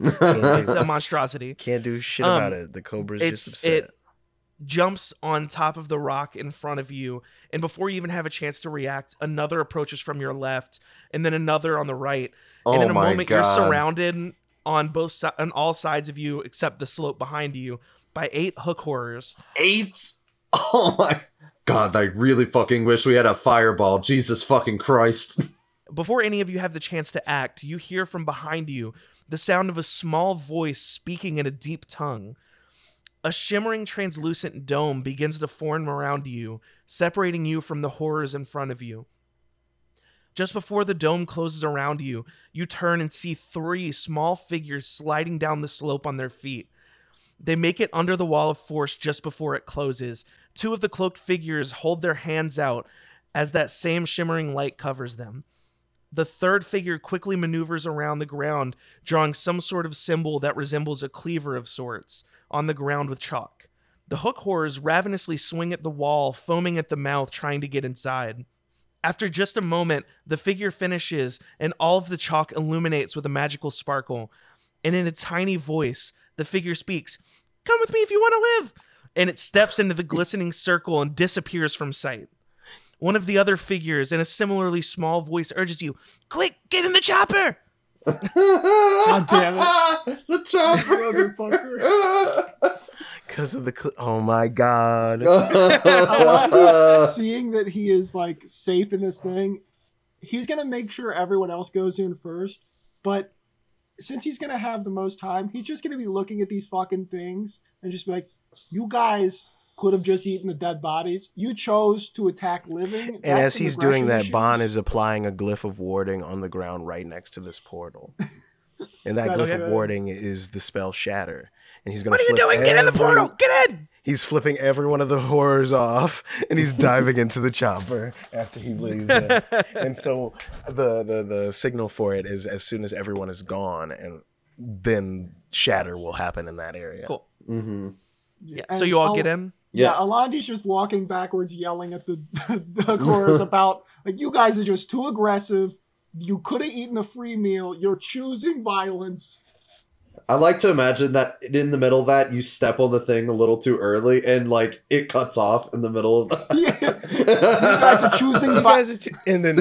It's a monstrosity. Can't do shit Um, about it. The cobra's it's just upset. it jumps on top of the rock in front of you and before you even have a chance to react another approaches from your left and then another on the right and oh in a my moment God. you're surrounded on both si- on all sides of you except the slope behind you by eight hook horrors eight. Oh my God! I really fucking wish we had a fireball. Jesus fucking Christ! before any of you have the chance to act you hear from behind you the sound of a small voice speaking in a deep tongue a shimmering translucent dome begins to form around you separating you from the horrors in front of you Just before the dome closes around you, you turn and see three small figures sliding down the slope on their feet. They make it under the wall of force just before it closes. Two of the cloaked figures hold their hands out as that same shimmering light covers them. The third figure quickly maneuvers around the ground, drawing some sort of symbol that resembles a cleaver of sorts on the ground with chalk. The hook horrors ravenously swing at the wall, foaming at the mouth, trying to get inside. After just a moment, the figure finishes and all of the chalk illuminates with a magical sparkle. And in a tiny voice, the figure speaks, Come with me if you want to live! And it steps into the glistening circle and disappears from sight. One of the other figures, in a similarly small voice, urges you, Quick, get in the chopper! God damn it! the chopper. Motherfucker. Because of the. Cl- oh my god. Oh, Alandi, seeing that he is like safe in this thing, he's gonna make sure everyone else goes in first. But since he's gonna have the most time, he's just gonna be looking at these fucking things and just be like, "You guys could have just eaten the dead bodies. You chose to attack living." and That's as some he's doing aggression that, issues." Bond is applying a glyph of warding on the ground right next to this portal. And that That's glyph of good. warding is the spell shatter. and he's gonna. What are you flip doing? Get in the every- portal. Get in. He's flipping every one of the horrors off, and he's diving into the chopper after he leaves it. And so the, the the signal for it is as soon as everyone is gone, and then shatter will happen in that area. Cool. Mm-hmm. Yeah. And so you all I'll- get in. Yeah, Yeah. Alandi's just walking backwards, yelling at the, the chorus about like you guys are just too aggressive. You could have eaten a free meal. You're choosing violence. I like to imagine that in the middle of that, you step on the thing a little too early and like it cuts off in the middle of that. Yeah. you guys are choosing You violence. guys are t- and then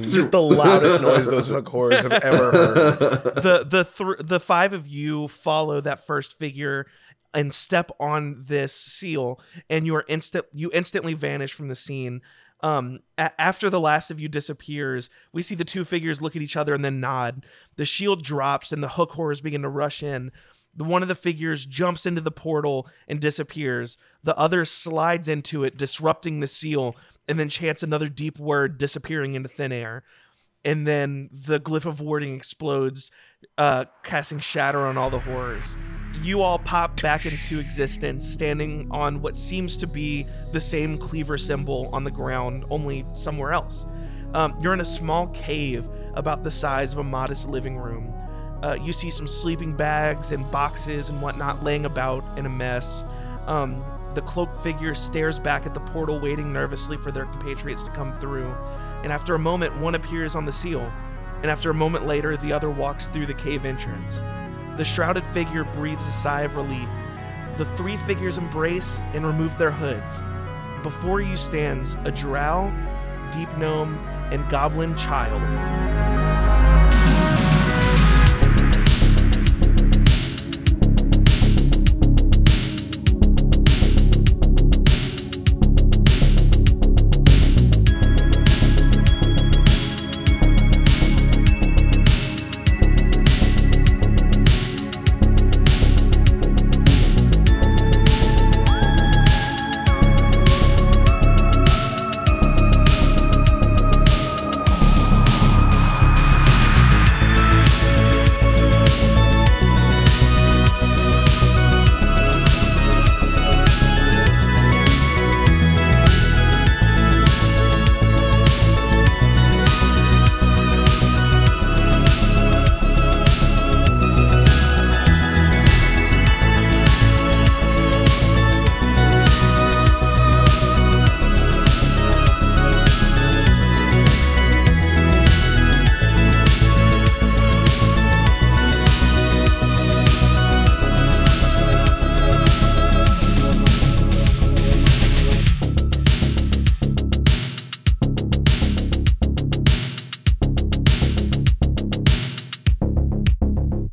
just the loudest noise those hook horrors have ever heard. the the th- the five of you follow that first figure and step on this seal and you are instant you instantly vanish from the scene um a- after the last of you disappears we see the two figures look at each other and then nod the shield drops and the hook horrors begin to rush in the one of the figures jumps into the portal and disappears the other slides into it disrupting the seal and then chants another deep word disappearing into thin air and then the glyph of warding explodes, uh, casting shatter on all the horrors. You all pop back into existence, standing on what seems to be the same cleaver symbol on the ground, only somewhere else. Um, you're in a small cave about the size of a modest living room. Uh, you see some sleeping bags and boxes and whatnot laying about in a mess. Um, the cloaked figure stares back at the portal, waiting nervously for their compatriots to come through and after a moment, one appears on the seal, and after a moment later, the other walks through the cave entrance. The shrouded figure breathes a sigh of relief. The three figures embrace and remove their hoods. Before you stands a drow, deep gnome, and goblin child.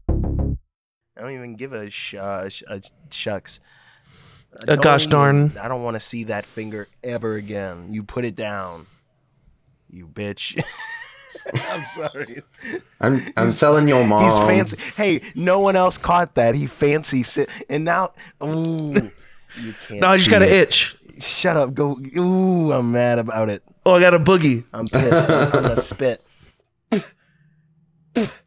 I don't even give a, sh- uh, sh- a shucks. A don't Uh, gosh even- darn. I don't want to see that finger ever again. You put it down. You bitch. I'm sorry. I'm I'm telling your mom. Um, He's fancy. Hey, no one else caught that. He fancy sit and now ooh. You can't. No, I just see got an it. itch. Shut up. Go. Ooh, I'm mad about it. Oh, I got a boogie. I'm pissed. I'm gonna spit.